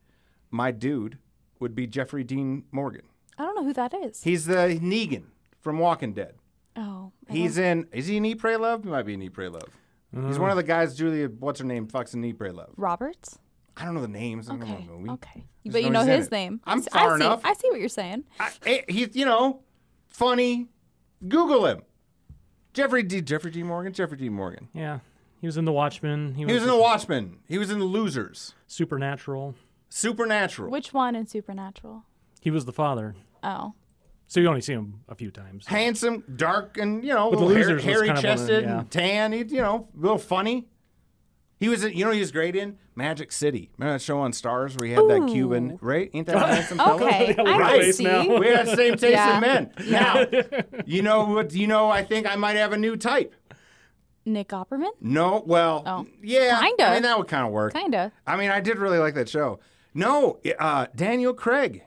Speaker 2: my dude would be Jeffrey Dean Morgan.
Speaker 3: I don't know who that is.
Speaker 2: He's the Negan from Walking Dead.
Speaker 3: oh, I
Speaker 2: He's in. Is he in Eat Pray Love? He might be in Eat Pray Love. He's one of the guys. Julia, what's her name? Fucks in Eat Pray Love.
Speaker 3: Roberts.
Speaker 2: I don't know the names. I don't
Speaker 3: Okay.
Speaker 2: know the movie.
Speaker 3: Okay.
Speaker 2: just
Speaker 3: But you
Speaker 2: know
Speaker 3: know
Speaker 2: he's in
Speaker 3: his
Speaker 2: it.
Speaker 3: name.
Speaker 2: I'm
Speaker 3: I see-
Speaker 2: far
Speaker 3: I see,
Speaker 2: enough.
Speaker 3: I see what you're saying.
Speaker 2: I, eh, he's you know, funny. Google him. Jeffrey D. Jeffrey D. Morgan. Jeffrey D. Morgan.
Speaker 4: yeah, he was in The Watchmen. He was,
Speaker 2: He was in The Watchmen. He was in The Losers.
Speaker 4: Supernatural.
Speaker 2: Supernatural.
Speaker 3: Which one in Supernatural?
Speaker 4: He was the father.
Speaker 3: Oh.
Speaker 4: So you only see him a few times.
Speaker 2: Handsome, dark, and you know,
Speaker 4: But The
Speaker 2: little hair-
Speaker 4: Losers was
Speaker 2: hairy
Speaker 4: kind of one of the-
Speaker 2: chested and tan. He, you know, a little funny. He was, in- you know, he was great in Magic City. Remember that show on Stars where he had that Cuban, right? Ain't that a handsome? fellow?
Speaker 3: Okay.
Speaker 4: Yeah, we're
Speaker 3: I
Speaker 4: right
Speaker 3: see.
Speaker 4: now.
Speaker 2: We had the same taste
Speaker 3: Yeah.
Speaker 2: in men. Now, you know what? You know, I think I might have a new type.
Speaker 3: Nick Opperman?
Speaker 2: No, well,
Speaker 3: Oh.
Speaker 2: yeah,
Speaker 3: Kinda.
Speaker 2: I mean, that would kind of work.
Speaker 3: Kinda.
Speaker 2: I mean, I did really like that show. No, uh, Daniel Craig.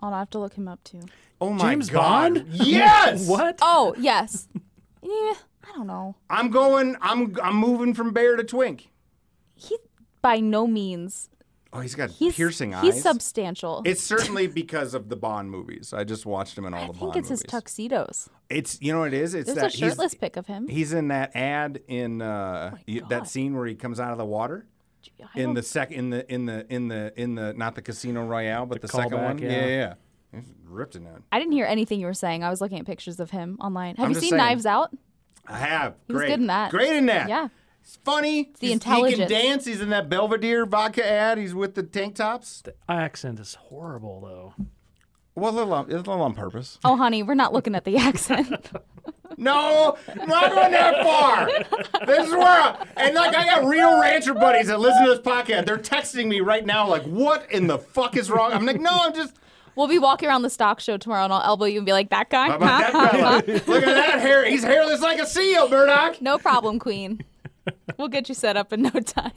Speaker 3: I'll have to look him up too.
Speaker 2: Oh my
Speaker 4: James
Speaker 2: God!
Speaker 4: Bond?
Speaker 2: Yes.
Speaker 4: What?
Speaker 3: Oh, yes. yeah, I don't know.
Speaker 2: I'm going. I'm. I'm moving from bear to twink.
Speaker 3: He by no means
Speaker 2: Oh, he's got
Speaker 3: he's
Speaker 2: piercing eyes.
Speaker 3: he's substantial.
Speaker 2: it's certainly because of the Bond movies. I just watched him in all
Speaker 3: I
Speaker 2: the
Speaker 3: think
Speaker 2: Bond
Speaker 3: it's his
Speaker 2: movies.
Speaker 3: tuxedos.
Speaker 2: It's you know what it is. It's
Speaker 3: There's
Speaker 2: that
Speaker 3: a
Speaker 2: he's-
Speaker 3: shirtless pic of him.
Speaker 2: He's in that ad in uh, y-
Speaker 3: God.
Speaker 2: that scene where he comes out of the water
Speaker 3: I
Speaker 2: in
Speaker 3: don't-
Speaker 2: the sec in the in the in the in the not the Casino Royale but the, second
Speaker 4: callback,
Speaker 2: one.
Speaker 4: yeah.
Speaker 2: yeah, yeah. He's ripped in that.
Speaker 3: I didn't hear anything you were saying. I was looking at pictures of him online. Have
Speaker 2: I'm
Speaker 3: you
Speaker 2: just
Speaker 3: seen
Speaker 2: saying.
Speaker 3: Knives Out?
Speaker 2: I have.
Speaker 3: He was
Speaker 2: Great.
Speaker 3: good in that.
Speaker 2: Great in that.
Speaker 3: Yeah.
Speaker 2: He's funny.
Speaker 3: the
Speaker 2: He's- He
Speaker 3: intelligence.
Speaker 2: can dance. He's in that Belvedere vodka ad. He's with the tank tops.
Speaker 4: Accent is horrible though.
Speaker 2: Well, a little on, a little on purpose.
Speaker 3: Oh, honey, we're not looking at the accent.
Speaker 2: No, not going that far. This is where, I, and like I got real rancher buddies that listen to this podcast. They're texting me right now, like, "What in the fuck is wrong?" I'm like, "No, I'm just."
Speaker 3: we'll be walking around the stock show tomorrow, and I'll elbow you and be like, "That guy,
Speaker 2: How about
Speaker 3: Huh?
Speaker 2: that fella? Look at that hair. He's hairless like a seal, Murdoch.
Speaker 3: no problem, Queen. We'll get you set up in no time."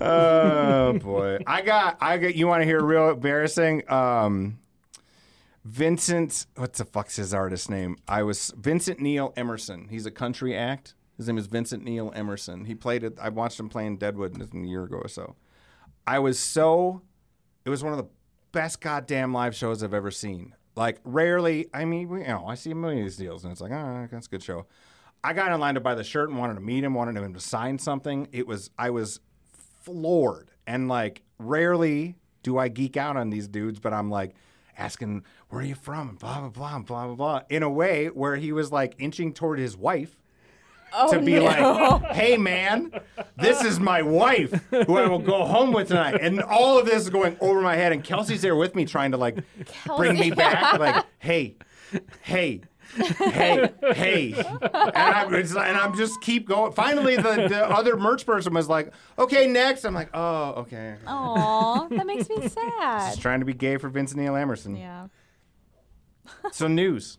Speaker 2: Oh boy. I got I got you want to hear real embarrassing? Um Vincent what the fuck's his artist name? I was Vincent Neil Emerson. He's a country act. His name is Vincent Neil Emerson. He played it I watched him play in Deadwood a year ago or so. I was so it was one of the best goddamn live shows I've ever seen. Like rarely, I mean, we, you know, I see a million of these deals, and it's like, ah, that's a good show. I got in line to buy the shirt and wanted to meet him, wanted him to sign something. It was, I was floored, and like rarely do I geek out on these dudes, but I'm like asking, where are you from, and blah blah blah, and blah blah blah, in a way where he was like inching toward his wife
Speaker 3: Oh,
Speaker 2: to be
Speaker 3: no.
Speaker 2: like, hey man, this is my wife who I will go home with tonight. And all of this is going over my head. And Kelsey's there with me trying to like bring me back. Like, hey, hey, hey, hey. And, I, it's, and I'm just keep going. Finally, the, the other merch person was like, okay, next. I'm like, oh, okay.
Speaker 3: Aw, that makes me
Speaker 2: Just
Speaker 3: sad.
Speaker 2: trying to be gay for Vince Neil Emerson.
Speaker 3: Yeah.
Speaker 2: So news.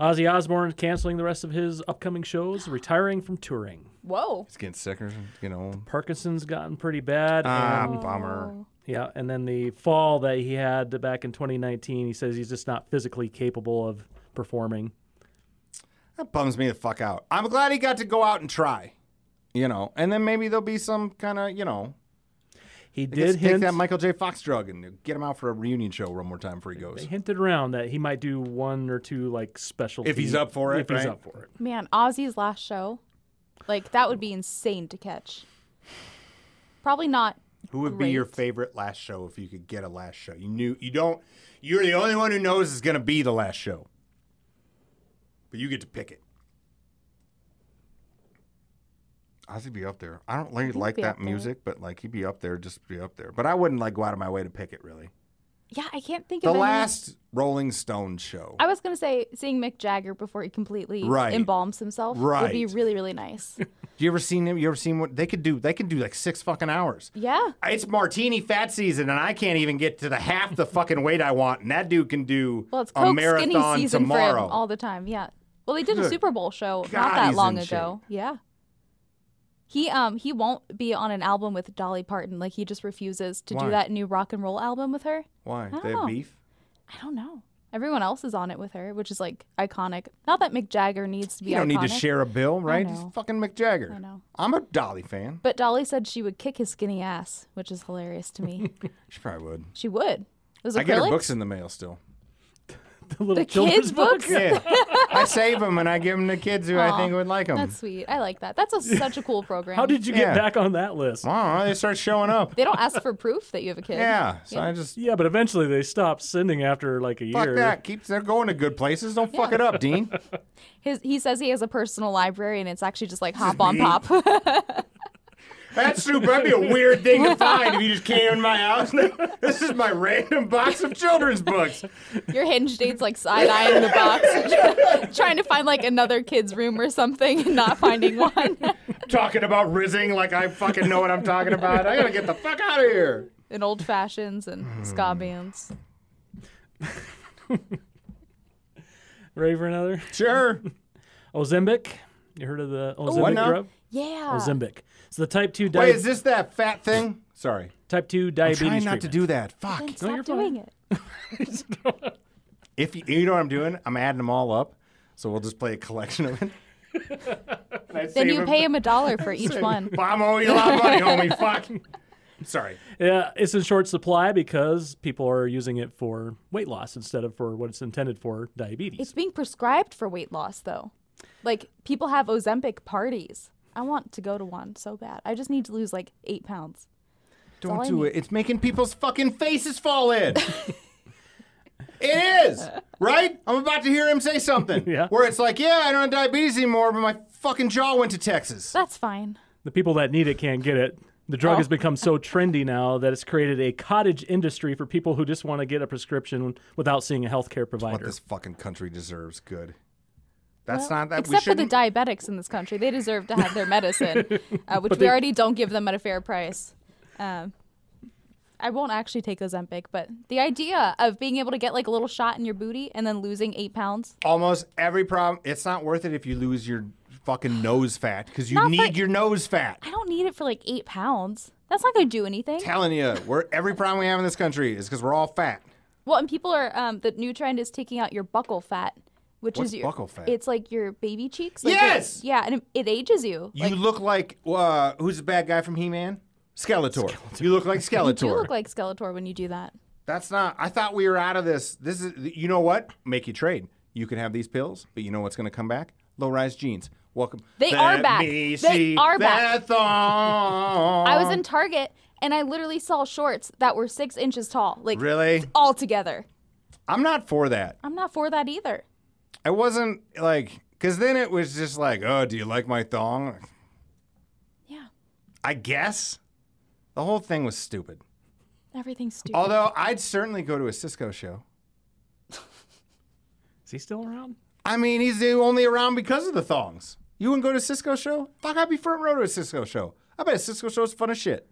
Speaker 4: Ozzy Osbourne canceling the rest of his upcoming shows, retiring from touring.
Speaker 3: Whoa.
Speaker 2: It's getting sicker, it's getting old.
Speaker 4: Parkinson's gotten pretty bad.
Speaker 2: Ah,
Speaker 3: Oh.
Speaker 4: and-
Speaker 2: bummer.
Speaker 4: yeah, and then the fall that he had back in 2019, he says he's just not physically capable of performing.
Speaker 2: That bums me the fuck out. I'm glad he got to go out and try. You know, and then maybe there'll be some kind of, you know,
Speaker 4: He
Speaker 2: he gets
Speaker 4: did
Speaker 2: to take
Speaker 4: hint,
Speaker 2: that Michael J. Fox drug and get him out for a reunion show one more time before he
Speaker 4: they
Speaker 2: goes.
Speaker 4: hinted around that he might do one or two like special
Speaker 2: If he's up for it,
Speaker 4: If he's
Speaker 2: right?
Speaker 4: up for it.
Speaker 3: Man, Ozzy's last show. Like, that would be insane to catch. Probably not.
Speaker 2: Who would be your
Speaker 3: Great.
Speaker 2: favorite last show if you could get a last show? You knew you don't. You're the only one who knows it's gonna be the last show, but you get to pick it. Ozzy be up there. I don't really like
Speaker 3: be
Speaker 2: that
Speaker 3: up there.
Speaker 2: music, but like he'd be up there, just be up there. But I wouldn't like go out of my way to pick it really.
Speaker 3: Yeah, I can't think
Speaker 2: The
Speaker 3: of any-
Speaker 2: last Rolling Stone show.
Speaker 3: I was gonna say seeing Mick Jagger before he completely
Speaker 2: Right.
Speaker 3: embalms himself would be
Speaker 2: Right.
Speaker 3: really really nice.
Speaker 2: you ever seen him? You ever seen what they could do? They could do like six fucking hours.
Speaker 3: yeah,
Speaker 2: It's martini fat season, and I can't even get to the half the fucking weight I want. And that dude can do
Speaker 3: well it's
Speaker 2: a
Speaker 3: Coke skinny
Speaker 2: marathon
Speaker 3: season for
Speaker 2: tomorrow.
Speaker 3: him all the time. Yeah, well they did a
Speaker 2: Good
Speaker 3: Super Bowl show
Speaker 2: God,
Speaker 3: not that
Speaker 2: he's
Speaker 3: long
Speaker 2: in
Speaker 3: ago. Yeah, he um he won't be on an album with Dolly Parton. Like he just refuses to
Speaker 2: Why?
Speaker 3: do that new rock and roll album with her.
Speaker 2: Why?
Speaker 3: don't
Speaker 2: They have
Speaker 3: know.
Speaker 2: beef?
Speaker 3: I don't know. Everyone else is on it with her, which is like iconic. Not that Mick Jagger needs to be.
Speaker 2: You don't need to
Speaker 3: iconic,
Speaker 2: share a bill, right? He's
Speaker 3: know.
Speaker 2: fucking Mick Jagger.
Speaker 3: I know.
Speaker 2: I'm a Dolly fan.
Speaker 3: But Dolly said she would kick his skinny ass, which is hilarious to me.
Speaker 2: She probably would.
Speaker 3: she would. It was
Speaker 2: I get her
Speaker 3: acrylic.
Speaker 2: books in the mail still.
Speaker 4: The little
Speaker 3: The
Speaker 4: children's
Speaker 3: kids' books.
Speaker 2: Yeah. I save them and I give them to kids who I think would like them.
Speaker 3: That's sweet. I like that. That's a, such a cool program.
Speaker 4: How did you
Speaker 2: Yeah.
Speaker 4: get back on that list?
Speaker 2: Wow, they start showing up.
Speaker 3: they don't ask for proof that you have a kid.
Speaker 2: Yeah. So I just
Speaker 4: Yeah, but eventually they stopped sending after like a
Speaker 2: fuck
Speaker 4: year.
Speaker 2: that. Keep they're going to good places. Don't fuck it up, Dean.
Speaker 3: His, he says he has a personal library, and it's actually just like hop on pop.
Speaker 2: That's super. That'd be a weird thing to find if you just came in my house. This is my random box of children's books.
Speaker 3: Your hinge date's like side eyeing the box, trying to find like another kid's room or something, and not finding one.
Speaker 2: Talking about rizzing like I fucking know what I'm talking about. I gotta get the fuck out of here.
Speaker 3: and old fashions
Speaker 2: Hmm.
Speaker 3: and ska bands.
Speaker 4: Ready for another?
Speaker 2: Sure.
Speaker 4: Ozembic. You heard of the
Speaker 2: Oh,
Speaker 4: Ozembic
Speaker 2: what now?
Speaker 4: drug?
Speaker 3: Yeah.
Speaker 4: Ozembic. So the type two
Speaker 2: Wait,
Speaker 4: di-
Speaker 2: is this that fat thing? Sorry.
Speaker 4: type two diabetes.
Speaker 2: Try not to
Speaker 4: treatment.
Speaker 2: do that. Fuck.
Speaker 3: Stop
Speaker 4: you're fine.
Speaker 3: doing it.
Speaker 2: If you, you know what I'm doing, I'm adding them all up. So we'll just play a collection of it. And I
Speaker 3: Then
Speaker 2: save
Speaker 3: you
Speaker 2: them.
Speaker 3: pay him a dollar for each one.
Speaker 2: Well, I'm owing you a lot of money, homie. Fuck. Sorry.
Speaker 4: Yeah, it's in short supply because people are using it for weight loss instead of for what it's intended for, diabetes.
Speaker 3: It's being prescribed for weight loss, though. Like people have Ozempic parties. I want to go to one so bad. I just need to lose like eight pounds. all
Speaker 2: Don't
Speaker 3: I
Speaker 2: do
Speaker 3: need.
Speaker 2: it. It's making people's fucking faces fall in. it is, right? I'm about to hear him say something.
Speaker 4: Yeah.
Speaker 2: Where it's like, yeah, I don't have diabetes anymore, but my fucking jaw went to Texas.
Speaker 3: That's fine.
Speaker 4: The people that need it can't get it. The drug has become so trendy now that it's created a cottage industry for people who just want to get a prescription without seeing a healthcare
Speaker 2: What
Speaker 4: provider.
Speaker 2: this fucking country deserves good. That's not that Uh, we
Speaker 3: Except for the
Speaker 2: shouldn't.
Speaker 3: diabetics in this country, they deserve to have their medicine, uh, which we already don't give them at a fair price. Um, I won't actually take Ozempic, but the idea of being able to get like a little shot in your booty and then losing eight pounds.
Speaker 2: Almost every problem. It's not worth it if you lose your fucking nose fat because you
Speaker 3: Not for-
Speaker 2: need your nose fat.
Speaker 3: I don't need it for like eight pounds. That's not going to do anything.
Speaker 2: telling you, we're every problem we have in this country is because we're all fat.
Speaker 3: Well, and people are um, the new trend is taking out your buckle fat, which
Speaker 2: What's
Speaker 3: is your
Speaker 2: buckle fat?
Speaker 3: It's like your baby cheeks. Like
Speaker 2: Yes!
Speaker 3: It, yeah, and it, it ages you.
Speaker 2: You
Speaker 3: like,
Speaker 2: look like uh, who's the bad guy from He-Man? Skeletor. You look like Skeletor.
Speaker 3: you look like Skeletor when you do that.
Speaker 2: That's not. I thought we were out of this. This is. You know what? Make you trade. You can have these pills, but you know what's going to come back? Low-rise jeans. Welcome.
Speaker 3: They are back. They are back. I
Speaker 2: I
Speaker 3: was in Target and I literally saw shorts that were six inches tall, like
Speaker 2: Really?
Speaker 3: all together.
Speaker 2: I'm not for that.
Speaker 3: I'm not for that either.
Speaker 2: I wasn't like because then it was just like, oh, do you like my thong?
Speaker 3: Yeah,
Speaker 2: I guess. The whole thing was stupid.
Speaker 3: everything's stupid.
Speaker 2: Although I'd certainly go to a Cisco show.
Speaker 4: Is he still around?
Speaker 2: I mean, he's only around because of the thongs. You wouldn't go to Cisco show? Fuck, I'd be front row to a Cisco show. I bet a Cisco show is fun as shit.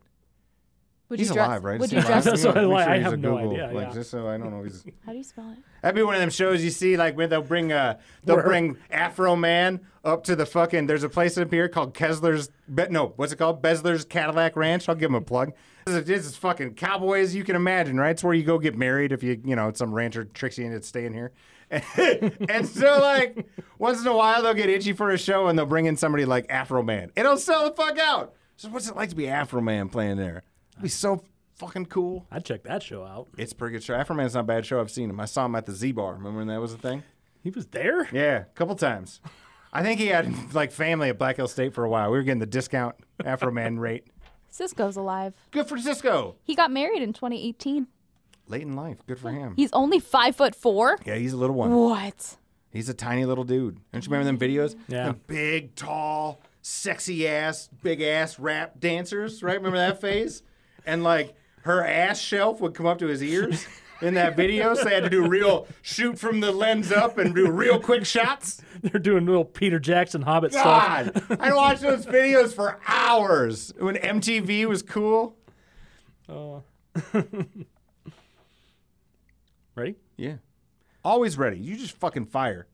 Speaker 3: Would
Speaker 2: He's
Speaker 3: you dress,
Speaker 2: alive, right?
Speaker 3: Would
Speaker 2: Is he
Speaker 3: you
Speaker 2: alive?
Speaker 3: dress?
Speaker 4: That's what I
Speaker 2: Make
Speaker 4: like. I
Speaker 2: he's
Speaker 4: have
Speaker 2: a
Speaker 4: no
Speaker 2: Google,
Speaker 4: idea,
Speaker 2: Like,
Speaker 4: yeah.
Speaker 2: Just so I don't know. He's,
Speaker 3: How do you spell it?
Speaker 2: that'd be one of them shows you see, like where they'll bring uh, they'll bring Afro Man up to the fucking. There's a place up here called Kessler's. Be, no, what's it called? Besler's Cadillac Ranch. I'll give him a plug. This is, this is fucking cowboy as you can imagine, right? It's where you go get married if you you know some rancher tricks you into staying here. and so, like, once in a while, they'll get itchy for a show and they'll bring in somebody like Afro Man. It'll sell the fuck out. So, what's it like to be Afro Man playing there? It'd be so fucking cool.
Speaker 4: I'd check that show out.
Speaker 2: It's a pretty good show. Afro Man's not a bad show. I've seen him. I saw him at the Z Bar. Remember when that was a thing?
Speaker 4: He was there.
Speaker 2: Yeah, a couple times. I think he had like family at Black Hill State for a while. We were getting the discount Afro Man rate.
Speaker 3: Cisco's alive.
Speaker 2: Good for Cisco.
Speaker 3: He got married in 2018.
Speaker 2: Late in life. Good for him.
Speaker 3: He's only five foot four.
Speaker 2: Yeah, he's a little one.
Speaker 3: What?
Speaker 2: He's a tiny little dude. Don't you remember them videos?
Speaker 4: Yeah.
Speaker 2: Them big, tall, sexy ass, big ass rap dancers, right? Remember that phase? And like her ass shelf would come up to his ears in that video. So they had to do real shoot from the lens up and do real quick shots.
Speaker 4: They're doing little Peter Jackson Hobbit stuff.
Speaker 2: God, I watched those videos for hours when MTV was cool.
Speaker 4: Ready?
Speaker 2: Yeah. Always ready. You just fucking fire.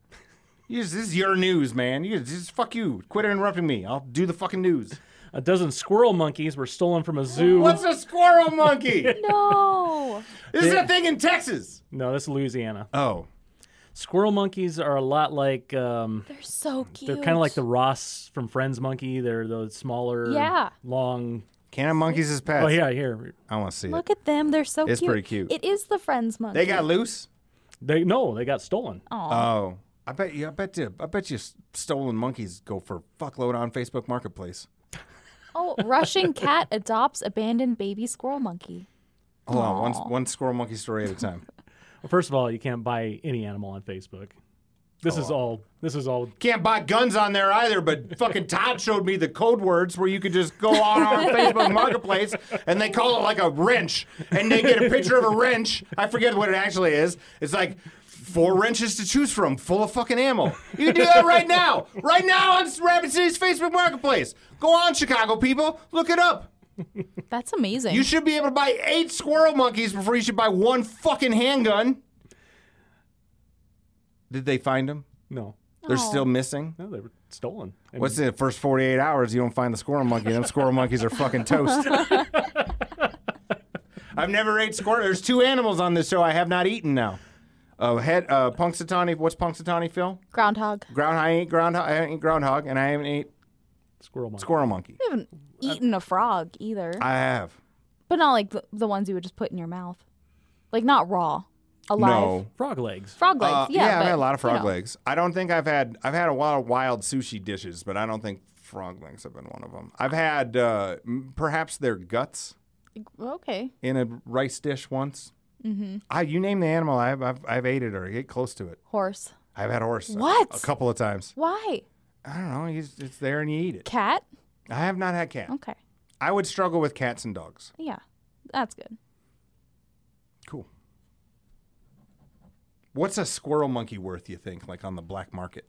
Speaker 2: You just, this is your news, man. You just, just fuck you. Quit interrupting me. I'll do the fucking news.
Speaker 4: A dozen squirrel monkeys were stolen from a zoo.
Speaker 2: What's a squirrel monkey?
Speaker 3: No.
Speaker 2: This is a thing in Texas.
Speaker 4: No, that's Louisiana.
Speaker 2: Oh.
Speaker 4: Squirrel monkeys are a lot like um,
Speaker 3: They're so cute.
Speaker 4: they're kind of like the Ross from Friends monkey. They're the smaller,
Speaker 3: Yeah.
Speaker 4: long.
Speaker 2: Can I have monkeys as pets?
Speaker 4: Oh yeah, here
Speaker 2: I want to see it.
Speaker 3: Look at them. They're so
Speaker 2: It's
Speaker 3: cute.
Speaker 2: pretty cute.
Speaker 3: It is the Friends monkey.
Speaker 2: They got loose?
Speaker 4: they no, they got stolen.
Speaker 2: Oh. I bet you I bet you I bet you s- stolen monkeys go for fuckload on Facebook Marketplace.
Speaker 3: Oh, Russian cat adopts abandoned baby squirrel monkey.
Speaker 2: Hold on, one, one squirrel monkey story at a time.
Speaker 4: Well, first of all, you can't buy any animal on Facebook. This
Speaker 2: Oh,
Speaker 4: is all. This is all.
Speaker 2: Can't buy guns on there either, but fucking Todd showed me the code words where you could just go on our Facebook Marketplace and they call it like a wrench and they get a picture of a wrench. I forget what it actually is. It's like four wrenches to choose from, full of fucking ammo. You can do that right now, right now on Rapid City's Facebook Marketplace. Go on, Chicago people, look it up.
Speaker 3: That's amazing.
Speaker 2: You should be able to buy eight squirrel monkeys before you should buy one fucking handgun. Did they find them?
Speaker 4: No,
Speaker 2: They're still missing.
Speaker 4: no, they were stolen. And
Speaker 2: What's the first 48 hours you don't find the squirrel monkey? Them squirrel monkeys are fucking toast. I've never ate squirrel. There's two animals on this show I have not eaten now. Uh, head, uh, Punxsutawney. What's Punxsutawney, Phil?
Speaker 3: Groundhog.
Speaker 2: Groundhog. I ain't groundhog. I ain't groundhog, and I haven't ate
Speaker 4: squirrel monkey.
Speaker 2: squirrel monkey.
Speaker 3: You haven't eaten a frog either,
Speaker 2: I have.
Speaker 3: but not like the, the ones you would just put in your mouth, like not raw, alive.
Speaker 2: No.
Speaker 4: Frog legs.
Speaker 3: Frog legs.
Speaker 2: Uh,
Speaker 3: yeah,
Speaker 2: I've
Speaker 3: but,
Speaker 2: had a lot of
Speaker 3: you
Speaker 2: frog
Speaker 3: know.
Speaker 2: legs. I don't think I've had. I've had a lot of wild sushi dishes, but I don't think frog legs have been one of them. I've had uh, m- perhaps their guts.
Speaker 3: Okay.
Speaker 2: in a rice dish once. Mm-hmm. I, you name the animal, I've, I've, I've ate it or get close to it.
Speaker 3: Horse.
Speaker 2: I've had horse. a-
Speaker 3: What?
Speaker 2: A, couple of times.
Speaker 3: Why?
Speaker 2: I don't know. You just- It's there and you eat it.
Speaker 3: Cat.
Speaker 2: I have not had cat.
Speaker 3: Okay.
Speaker 2: I would struggle with cats and dogs.
Speaker 3: Yeah, that's good.
Speaker 2: Cool. What's a squirrel monkey worth? You think like on the black market?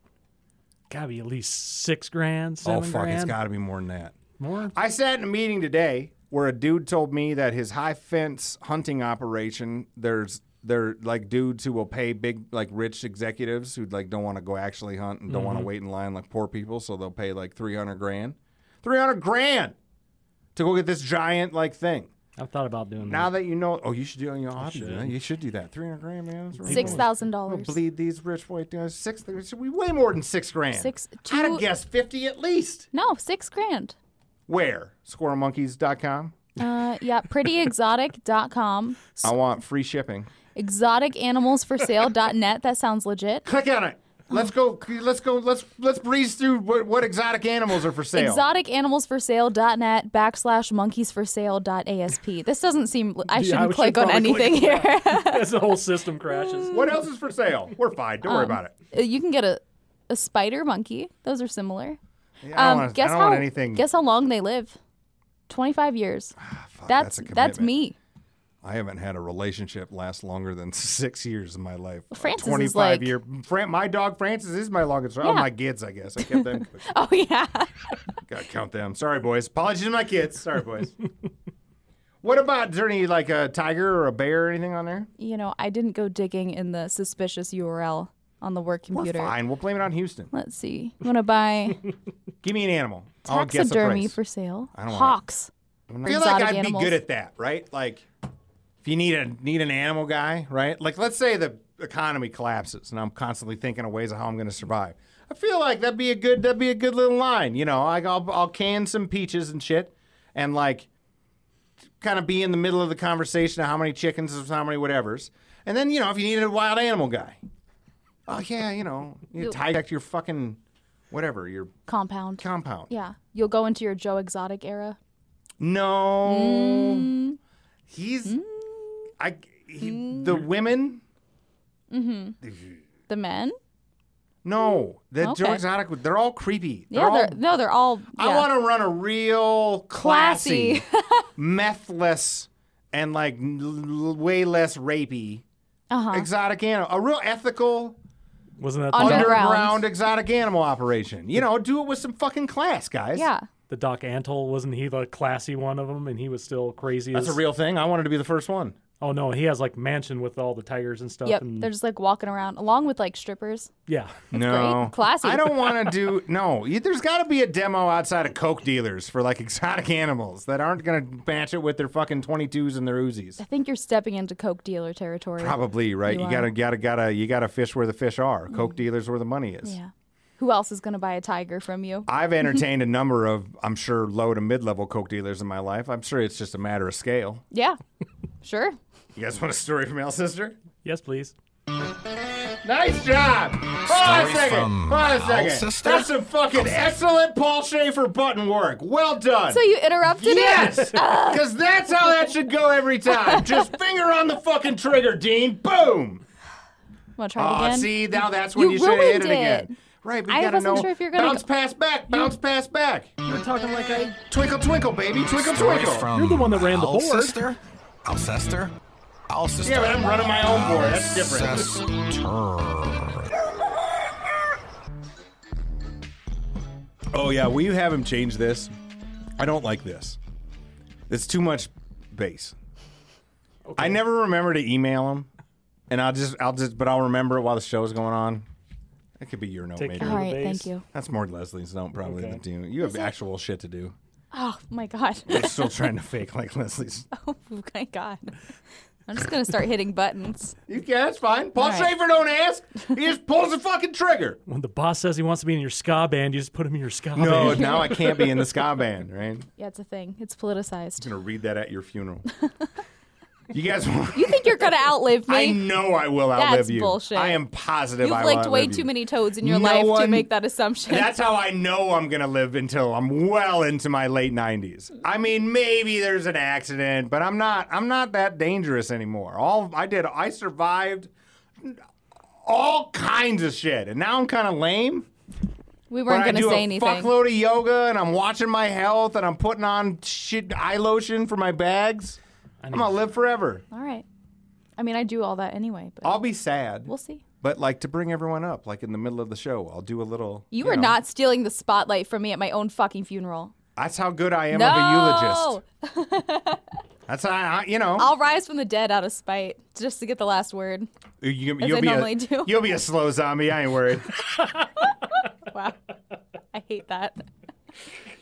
Speaker 4: Gotta be at least six grand, seven
Speaker 2: oh fuck,
Speaker 4: grand.
Speaker 2: it's got to be more than that.
Speaker 4: More?
Speaker 2: I sat in a meeting today where a dude told me that his high fence hunting operation, there's they're like dudes who will pay big like rich executives who like don't want to go actually hunt and don't want to wait in line like poor people, so they'll pay like three hundred grand. Three hundred grand to go get this giant like thing.
Speaker 4: I've thought about doing
Speaker 2: Now
Speaker 4: that.
Speaker 2: that you know oh you should do it on your hobby.
Speaker 4: Mm. should.
Speaker 2: man. You should do that. Three hundred grand, man. That's really
Speaker 3: Six
Speaker 2: cool.
Speaker 3: thousand
Speaker 2: We'll
Speaker 3: dollars.
Speaker 2: bleed these rich white guys. Six it should be way more than six grand.
Speaker 3: Six-
Speaker 2: I'd
Speaker 3: two-
Speaker 2: have guessed fifty at least.
Speaker 3: No, six grand.
Speaker 2: Where? Squirrelmonkeys.com.
Speaker 3: Uh, yeah, prettyexotic.com.
Speaker 2: I want free shipping.
Speaker 3: Exoticanimalsforsale.net. That sounds legit.
Speaker 2: Click on it. Let's go. Let's go. Let's let's breeze through what, what exotic animals are for sale.
Speaker 3: Exoticanimalsforsale.net backslash monkeysforsale.asp. This doesn't seem. I shouldn't
Speaker 4: I should
Speaker 3: click on
Speaker 4: probably click
Speaker 3: anything here.
Speaker 4: As the whole system crashes.
Speaker 2: what else is for sale? We're fine. Don't worry
Speaker 3: Um,
Speaker 2: about it.
Speaker 3: you can get a, a spider monkey. Those are similar. Um,
Speaker 2: Yeah, I don't, wanna,
Speaker 3: guess
Speaker 2: I don't
Speaker 3: how,
Speaker 2: want anything. Ah,
Speaker 3: Guess how long they live? Twenty five years.
Speaker 2: Fuck,
Speaker 3: that's
Speaker 2: a
Speaker 3: that's
Speaker 2: commitment.
Speaker 3: me.
Speaker 2: I haven't had a relationship last longer than six years in my life.
Speaker 3: Francis is
Speaker 2: Twenty-five
Speaker 3: like-
Speaker 2: year. Fran- my dog Francis is my longest. Oh,
Speaker 3: Yeah.
Speaker 2: my kids, I guess. I kept them.
Speaker 3: Oh yeah.
Speaker 2: Gotta count them. Sorry, boys. Apologies to my kids. Sorry, boys. what about is there any like a tiger or a bear or anything on there?
Speaker 3: you know, I didn't go digging in the suspicious URL on the work
Speaker 2: We're
Speaker 3: computer.
Speaker 2: fine. We'll blame it on Houston.
Speaker 3: Let's see. Want to buy
Speaker 2: Give me an animal. I'll guess a
Speaker 3: taxidermy
Speaker 2: price.
Speaker 3: for sale?
Speaker 2: don't want
Speaker 3: Hawks.
Speaker 2: I feel like
Speaker 3: exotic
Speaker 2: I'd
Speaker 3: animals.
Speaker 2: be good at that, right? Like, if you need a need an animal guy, right? Like, let's say the economy collapses, and I'm constantly thinking of ways of how I'm going to survive. I feel like that'd be a good that'd be a good little line, you know. Like, I'll I'll can some peaches and shit, and like, kind of be in the middle of the conversation of how many chickens and how many whatever's, and then you know if you needed a wild animal guy, oh yeah, you know, you
Speaker 3: Ooh.
Speaker 2: protect your fucking whatever your
Speaker 3: Compound.
Speaker 2: compound.
Speaker 3: yeah. You'll go into your Joe Exotic era.
Speaker 2: No.
Speaker 3: Mm.
Speaker 2: He's I he, the women?
Speaker 3: The men?
Speaker 2: No. The Joe
Speaker 3: Okay.
Speaker 2: Exotic they're all creepy. They're
Speaker 3: Yeah,
Speaker 2: all,
Speaker 3: they're, no, they're all yeah.
Speaker 2: I want to run a real classy,
Speaker 3: Classy.
Speaker 2: methless and like l- l- way less rapey
Speaker 3: Uh-huh.
Speaker 2: exotic animal. A real ethical
Speaker 4: Wasn't that
Speaker 3: Under-
Speaker 4: the,
Speaker 2: underground.
Speaker 3: Underground.
Speaker 2: exotic animal operation. You know, do it with some fucking class, guys.
Speaker 3: yeah.
Speaker 4: the Doc Antle? Wasn't he the classy one of them? And he was still crazy.
Speaker 2: That's a
Speaker 4: as-
Speaker 2: real thing. I wanted to be the first one.
Speaker 4: Oh no, he has like mansion with all the tigers and stuff.
Speaker 3: Yep.
Speaker 4: And,
Speaker 3: They're just like walking around along with like strippers.
Speaker 4: yeah.
Speaker 2: no,
Speaker 3: great. Classy.
Speaker 2: I don't want to do no. You- There's got to be a demo outside of coke dealers for like exotic animals that aren't gonna match it with their fucking 22s and their Uzis.
Speaker 3: I think you're stepping into coke dealer territory.
Speaker 2: Probably right. You,
Speaker 3: You
Speaker 2: gotta
Speaker 3: are. Mm-hmm.
Speaker 2: gotta gotta you gotta fish where the fish are. Coke dealers where the money is.
Speaker 3: Yeah. Who else is going to buy a tiger from you?
Speaker 2: I've entertained a number of I'm sure low to mid level coke dealers in my life. I'm sure it's just a matter of scale.
Speaker 3: Yeah. sure.
Speaker 2: You guys want a story from El Sister?
Speaker 4: Yes, please.
Speaker 2: Nice job. Hold on a
Speaker 5: Stories
Speaker 2: second.
Speaker 5: from
Speaker 2: Hold on a
Speaker 5: Owl
Speaker 2: second.
Speaker 5: Sister?
Speaker 2: That's some fucking excellent Paul Schaefer button work. Well done.
Speaker 3: So you interrupted
Speaker 2: Yes,
Speaker 3: it? Uh.
Speaker 2: because that's how that should go every time. Just finger on the fucking trigger, Dean. Boom.
Speaker 3: Want to try it
Speaker 2: Oh,
Speaker 3: again?
Speaker 2: see now that's when you,
Speaker 3: You
Speaker 2: should have hit
Speaker 3: ruined
Speaker 2: it,
Speaker 3: it.
Speaker 2: again. Right, but you
Speaker 3: I
Speaker 2: gotta
Speaker 3: wasn't
Speaker 2: know.
Speaker 3: sure if you're gonna
Speaker 2: bounce
Speaker 3: go-
Speaker 2: pass back, bounce pass back. You're talking like a twinkle twinkle, baby, twinkle
Speaker 5: Stories
Speaker 2: twinkle.
Speaker 5: from
Speaker 4: You're the one that ran the board.
Speaker 5: Alcester? Alcester? Alcester.
Speaker 2: yeah, but I'm running my own board. That's different. Oh yeah, will you have him change this? I don't like this. It's too much bass. I never remember to email him, and I'll just I'll just but I'll remember it while the show's going on. That could be your note,
Speaker 4: Take
Speaker 2: maybe.
Speaker 4: care.
Speaker 3: All right,
Speaker 4: Base.
Speaker 3: thank you.
Speaker 2: That's more Leslie's note probably
Speaker 4: Okay.
Speaker 2: than do. You have actual shit to do.
Speaker 3: Oh my god.
Speaker 2: I'm still trying to fake like Leslie's.
Speaker 3: Oh my god. I'm just gonna start hitting buttons.
Speaker 2: You can, that's fine. Paul
Speaker 3: All right.
Speaker 2: Schaefer don't ask. He just pulls the fucking trigger.
Speaker 4: When the boss says he wants to be in your ska band, you just put him in your ska
Speaker 2: No,
Speaker 4: band.
Speaker 2: now I can't be in the ska band, right? I'm
Speaker 3: Yeah, it's a thing. It's politicized.
Speaker 2: gonna read that at your funeral. You guys want
Speaker 3: You think you're gonna outlive me?
Speaker 2: I know I will outlive
Speaker 3: That's
Speaker 2: you.
Speaker 3: bullshit.
Speaker 2: I am positive
Speaker 3: You've
Speaker 2: I will
Speaker 3: licked way
Speaker 2: outlive
Speaker 3: too
Speaker 2: you.
Speaker 3: many toads in your
Speaker 2: No
Speaker 3: life to
Speaker 2: one-
Speaker 3: make that assumption.
Speaker 2: That's how I know I'm going to live until I'm well into my late 90s. I mean, maybe there's an accident, but I'm not I'm not that dangerous anymore. All I did I survived all kinds of shit. And now I'm kind of lame.
Speaker 3: we
Speaker 2: But
Speaker 3: weren't
Speaker 2: I
Speaker 3: gonna
Speaker 2: do
Speaker 3: say
Speaker 2: a
Speaker 3: anything.
Speaker 2: fuckload of yoga and I'm watching my health and I'm putting on shit eye lotion for my bags. I'm going to live forever.
Speaker 3: All right. I mean, I do all that anyway, but
Speaker 2: I'll be sad.
Speaker 3: we'll see.
Speaker 2: But like to bring everyone up, like in the middle of the show, I'll do a little.
Speaker 3: You, are
Speaker 2: know,
Speaker 3: not stealing the spotlight from me at my own fucking funeral.
Speaker 2: That's how good I am
Speaker 3: No,
Speaker 2: of a eulogist. That's how I, I- you know.
Speaker 3: I'll rise from the dead out of spite, just to get the last word.
Speaker 2: you,
Speaker 3: as
Speaker 2: will
Speaker 3: I
Speaker 2: be a,
Speaker 3: normally do.
Speaker 2: You'll be a slow zombie. I ain't worried.
Speaker 3: Wow, I hate that.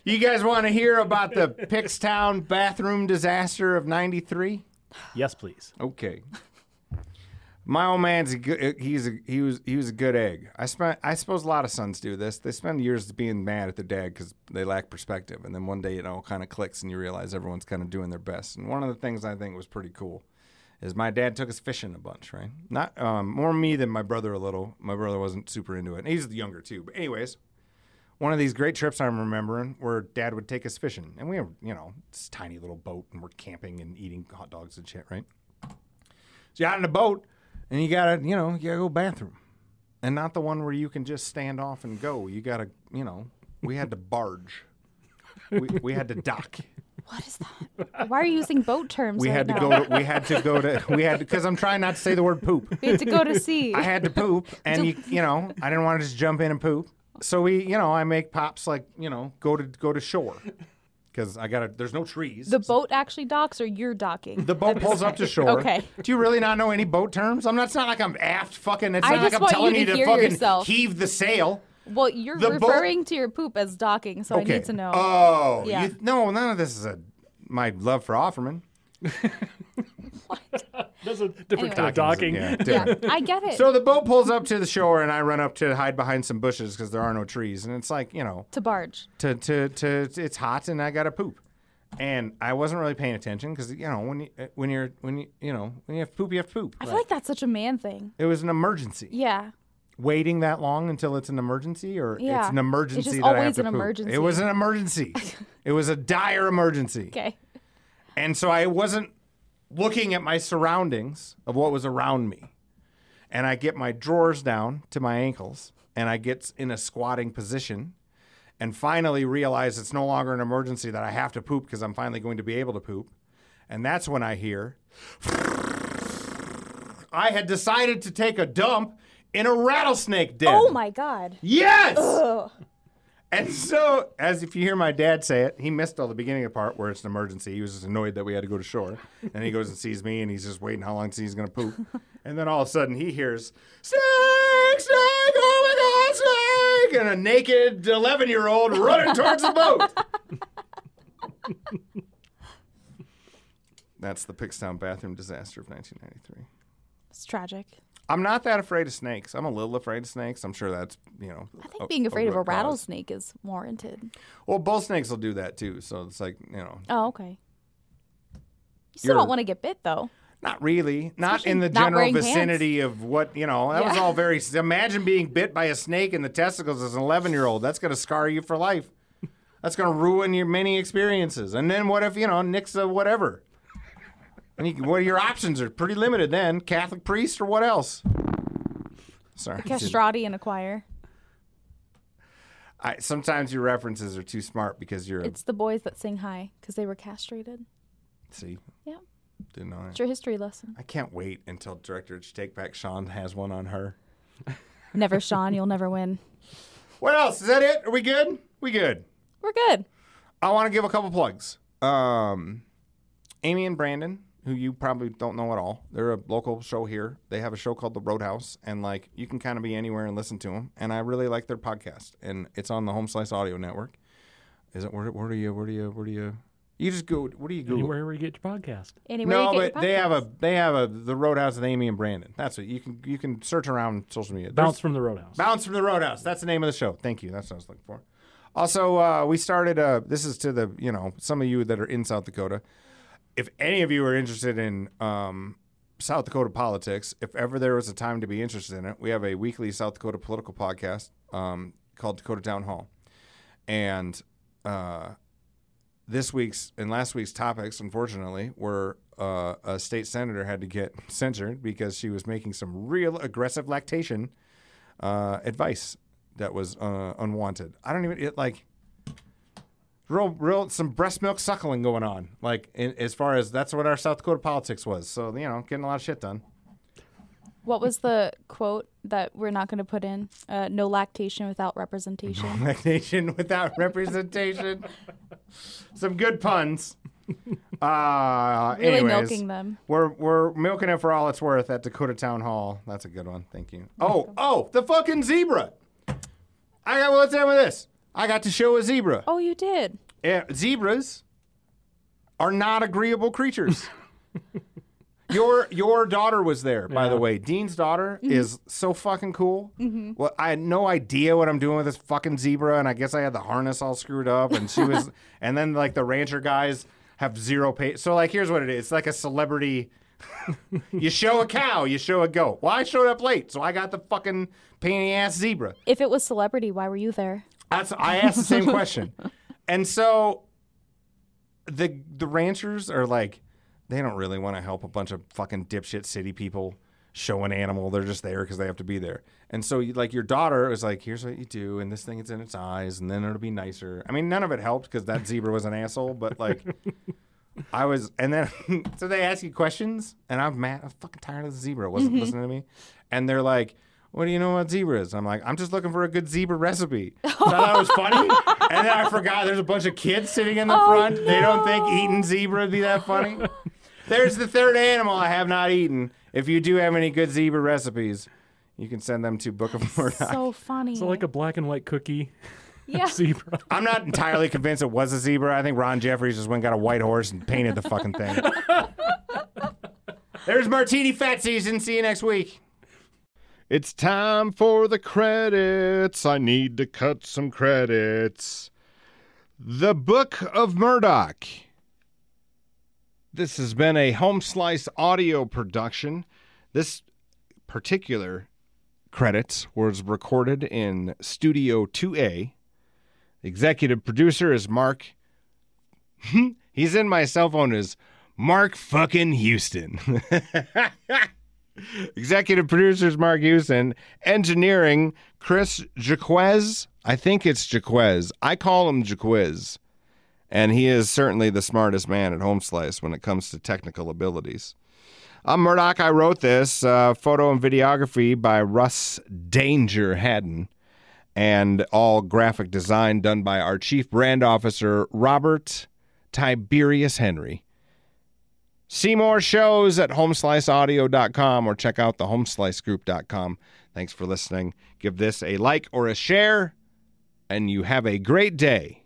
Speaker 2: you guys want to hear about the Pickstown bathroom disaster of '93?
Speaker 4: Yes, please.
Speaker 2: Okay. My old man's a good, he's a, he was he was a good egg. I spent I suppose a lot of sons do this. They spend years being mad at their dad because they lack perspective, and then one day it all kind of clicks, and you realize everyone's kind of doing their best. And one of the things I think was pretty cool is my dad took us fishing a bunch, right? Not um, more me than my brother a little. My brother wasn't super into it. And he's younger too. But anyways, one of these great trips I'm remembering where dad would take us fishing, and we were you know this tiny little boat, and we're camping and eating hot dogs and shit, right? So you're out in a boat, and you gotta, you know, you gotta go bathroom, and not the one where you can just stand off and go. You gotta, you know, we had to barge, we, we had to dock,
Speaker 3: What is that? Why are you using boat terms?
Speaker 2: We
Speaker 3: right
Speaker 2: had to
Speaker 3: now?
Speaker 2: go. To, we had to go to. We had because I'm trying not to say the word poop.
Speaker 3: We had to go to sea.
Speaker 2: I had to poop, and you, you know, I didn't want to just jump in and poop. So we, you know, I make pops like you know, go to go to shore because I gotta. There's no trees.
Speaker 3: the boat actually docks, or you're docking.
Speaker 2: The boat pulls up to shore.
Speaker 3: Okay.
Speaker 2: Do you really not know any boat terms? I'm not. It's not like I'm aft. Fucking. It's
Speaker 3: I
Speaker 2: not like
Speaker 3: just
Speaker 2: I'm
Speaker 3: want you
Speaker 2: telling
Speaker 3: to
Speaker 2: you to,
Speaker 3: hear
Speaker 2: fucking
Speaker 3: yourself.
Speaker 2: heave the sail.
Speaker 3: well, you're
Speaker 2: the boat-
Speaker 3: referring to your poop as docking, so
Speaker 2: Okay.
Speaker 3: I need to know.
Speaker 2: Oh.
Speaker 3: Yeah.
Speaker 2: You, no, none of this is a my love for Offerman.
Speaker 4: That's a different kind
Speaker 3: Anyway.
Speaker 4: of docking.
Speaker 2: Yeah,
Speaker 3: yeah,
Speaker 2: different.
Speaker 3: I get it.
Speaker 2: So the boat pulls up to the shore, and I run up to hide behind some bushes because there are no trees. And it's like, you know,
Speaker 3: to barge.
Speaker 2: to, to, to, it's hot, and I got to poop. And I wasn't really paying attention because, you know, when, you, uh, when you're, when you, you know, when you have to poop, you have to poop.
Speaker 3: I feel like that's such a man thing.
Speaker 2: It was an emergency.
Speaker 3: Yeah.
Speaker 2: Waiting that long until it's an emergency or it's
Speaker 3: Yeah.
Speaker 2: an
Speaker 3: It's
Speaker 2: emergency
Speaker 3: just
Speaker 2: that I have
Speaker 3: always
Speaker 2: to
Speaker 3: an
Speaker 2: poop.
Speaker 3: emergency.
Speaker 2: It was an emergency. it was a dire emergency.
Speaker 3: Okay.
Speaker 2: And so I wasn't looking at my surroundings of what was around me. And I get my drawers down to my ankles and I get in a squatting position and finally realize it's no longer an emergency that I have to poop because I'm finally going to be able to poop. And that's when I hear I had decided to take a dump in a rattlesnake den.
Speaker 3: Oh my God.
Speaker 2: Yes!
Speaker 3: Ugh.
Speaker 2: And so, as if you hear my dad say it, he missed all the beginning of the part where it's an emergency. He was just annoyed that we had to go to shore. And he goes and sees me, and he's just waiting how long till he's going to poop. And then all of a sudden, he hears, Snake, snake, oh my God, snake! And a naked 11 year old running towards the boat. That's the Pickstown bathroom disaster of 1993.
Speaker 3: It's tragic.
Speaker 2: I'm not that afraid of snakes. I'm a little afraid of snakes. I'm sure that's, you know.
Speaker 3: I think being afraid of a
Speaker 2: root cause.
Speaker 3: rattlesnake is warranted.
Speaker 2: Well, bull snakes will do that too. So it's like you know,
Speaker 3: Oh, okay. You still
Speaker 2: You're-
Speaker 3: don't want to get bit, though.
Speaker 2: not really, not in the
Speaker 3: Especially not
Speaker 2: general
Speaker 3: wearing pants.
Speaker 2: vicinity of what you know. That was
Speaker 3: Yeah.
Speaker 2: all very. Imagine being bit by a snake in the testicles as an eleven-year-old. That's gonna scar you for life. That's gonna ruin your many experiences. And then what if you know nicks a whatever? And you, well, your options are pretty limited then. Catholic priest or what else? Sorry.
Speaker 3: Castrati in a choir.
Speaker 2: I, sometimes your references are too smart because you're. a-
Speaker 3: It's the boys that sing high because they were castrated.
Speaker 2: see,
Speaker 3: Yeah.
Speaker 2: didn't know.
Speaker 3: It's your history lesson.
Speaker 2: I can't wait until director of Take Back Sean has one on her.
Speaker 3: Never, Sean. You'll never win.
Speaker 2: What else? Is that it? Are we good? We good.
Speaker 3: We're good.
Speaker 2: I want to give a couple plugs. Um, Amy and Brandon, who you probably don't know at all, they're a local show here. They have a show called The Roadhouse, and like you can kind of be anywhere and listen to them. And I really like their podcast, and it's on the Home Slice Audio Network. Is it where? Where do you? Where do you? Where do you? You just go. What do you Google?
Speaker 4: Anywhere where you get your podcast.
Speaker 3: Anywhere
Speaker 2: No,
Speaker 3: you get
Speaker 2: but
Speaker 3: your
Speaker 2: they have
Speaker 3: podcast.
Speaker 2: a they have a the Roadhouse with Amy and Brandon. That's what you can you can search around social media. There's-
Speaker 4: Bounce from the Roadhouse.
Speaker 2: Bounce from the Roadhouse. That's the name of the show. Thank you. That's what I was looking for. Also, uh, we started. Uh, this is to the you know some of you that are in South Dakota. If any of you are interested in um, South Dakota politics, if ever there was a time to be interested in it, we have a weekly South Dakota political podcast um, called Dakota Town Hall, and uh, this week's and last week's topics, unfortunately, were uh, a state senator had to get censored because she was making some real aggressive lactation uh, advice that was uh, unwanted. I don't even it like real real some breast milk suckling going on. Like in, as far as that's what our South Dakota politics was. So you know, getting a lot of shit done.
Speaker 3: What was the quote that we're not going to put in? Uh, no lactation without representation.
Speaker 2: Nation without representation. some good puns. Uh,
Speaker 3: Really
Speaker 2: anyways,
Speaker 3: milking them.
Speaker 2: We're we're milking it for all it's worth at Dakota Town Hall. That's a good one. Thank you. Oh oh, the fucking zebra. I got what's up with this? I got to show a zebra.
Speaker 3: oh, you did.
Speaker 2: Yeah, Eh, zebras are not agreeable creatures. your your daughter was there, by the way. Dean's daughter is so fucking cool. Well, I had no idea what I'm doing with this fucking zebra, and I guess I had the harness all screwed up, and she was, and then like the rancher guys have zero pay. So like, here's what it is: it's like a celebrity. you show a cow, you show a goat. Well, I showed up late, so I got the fucking painy ass zebra.
Speaker 3: If it was celebrity, why were you there?
Speaker 2: That's I asked the same question. And so the the ranchers are like, they don't really want to help a bunch of fucking dipshit city people.
Speaker 6: show an animal. They're just there because they have to be there. And so, you, like, your daughter was like, here's what you do, and this thing is in its eyes, and then it'll be nicer. I mean, none of it helped because that zebra was an asshole, but like, I was, and then, so they ask you questions, and I'm mad. I'm fucking tired of the zebra. It wasn't listening to me. And they're like, what do you know about zebras? I'm like, I'm just looking for a good zebra recipe. So I thought it was funny. And then I forgot there's a bunch of kids sitting in the front. They don't think eating zebra would be that funny. There's the third animal I have not eaten. If you do have any good zebra recipes, you can send them to Book of Murdoch.
Speaker 3: So funny.
Speaker 4: So like a black and white cookie
Speaker 3: yeah.
Speaker 4: zebra.
Speaker 6: I'm not entirely convinced it was a zebra. I think Ron Jeffries just went and got a white horse and painted the fucking thing. There's Martini Fat Season. See you next week.
Speaker 2: It's time for the credits. I need to cut some credits. The Book of Murdoch. This has been a Home Slice audio production. This particular credits was recorded in Studio 2A. The executive producer is Mark. He's in my cell phone as Mark fucking Houston. Executive producers Mark Houston, engineering Chris Jaquez. I think it's Jaquez. I call him Jaquez. And he is certainly the smartest man at Home Slice when it comes to technical abilities. I'm Murdoch. I wrote this uh, photo and videography by Russ Danger Haddon, and all graphic design done by our chief brand officer, Robert Tiberius Henry. See more shows at homesliceaudio.com or check out the homeslicegroup.com. Thanks for listening. Give this a like or a share, and you have a great day.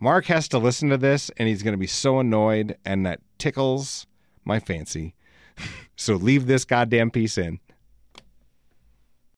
Speaker 2: Mark has to listen to this, and he's going to be so annoyed, and that tickles my fancy. so leave this goddamn piece in.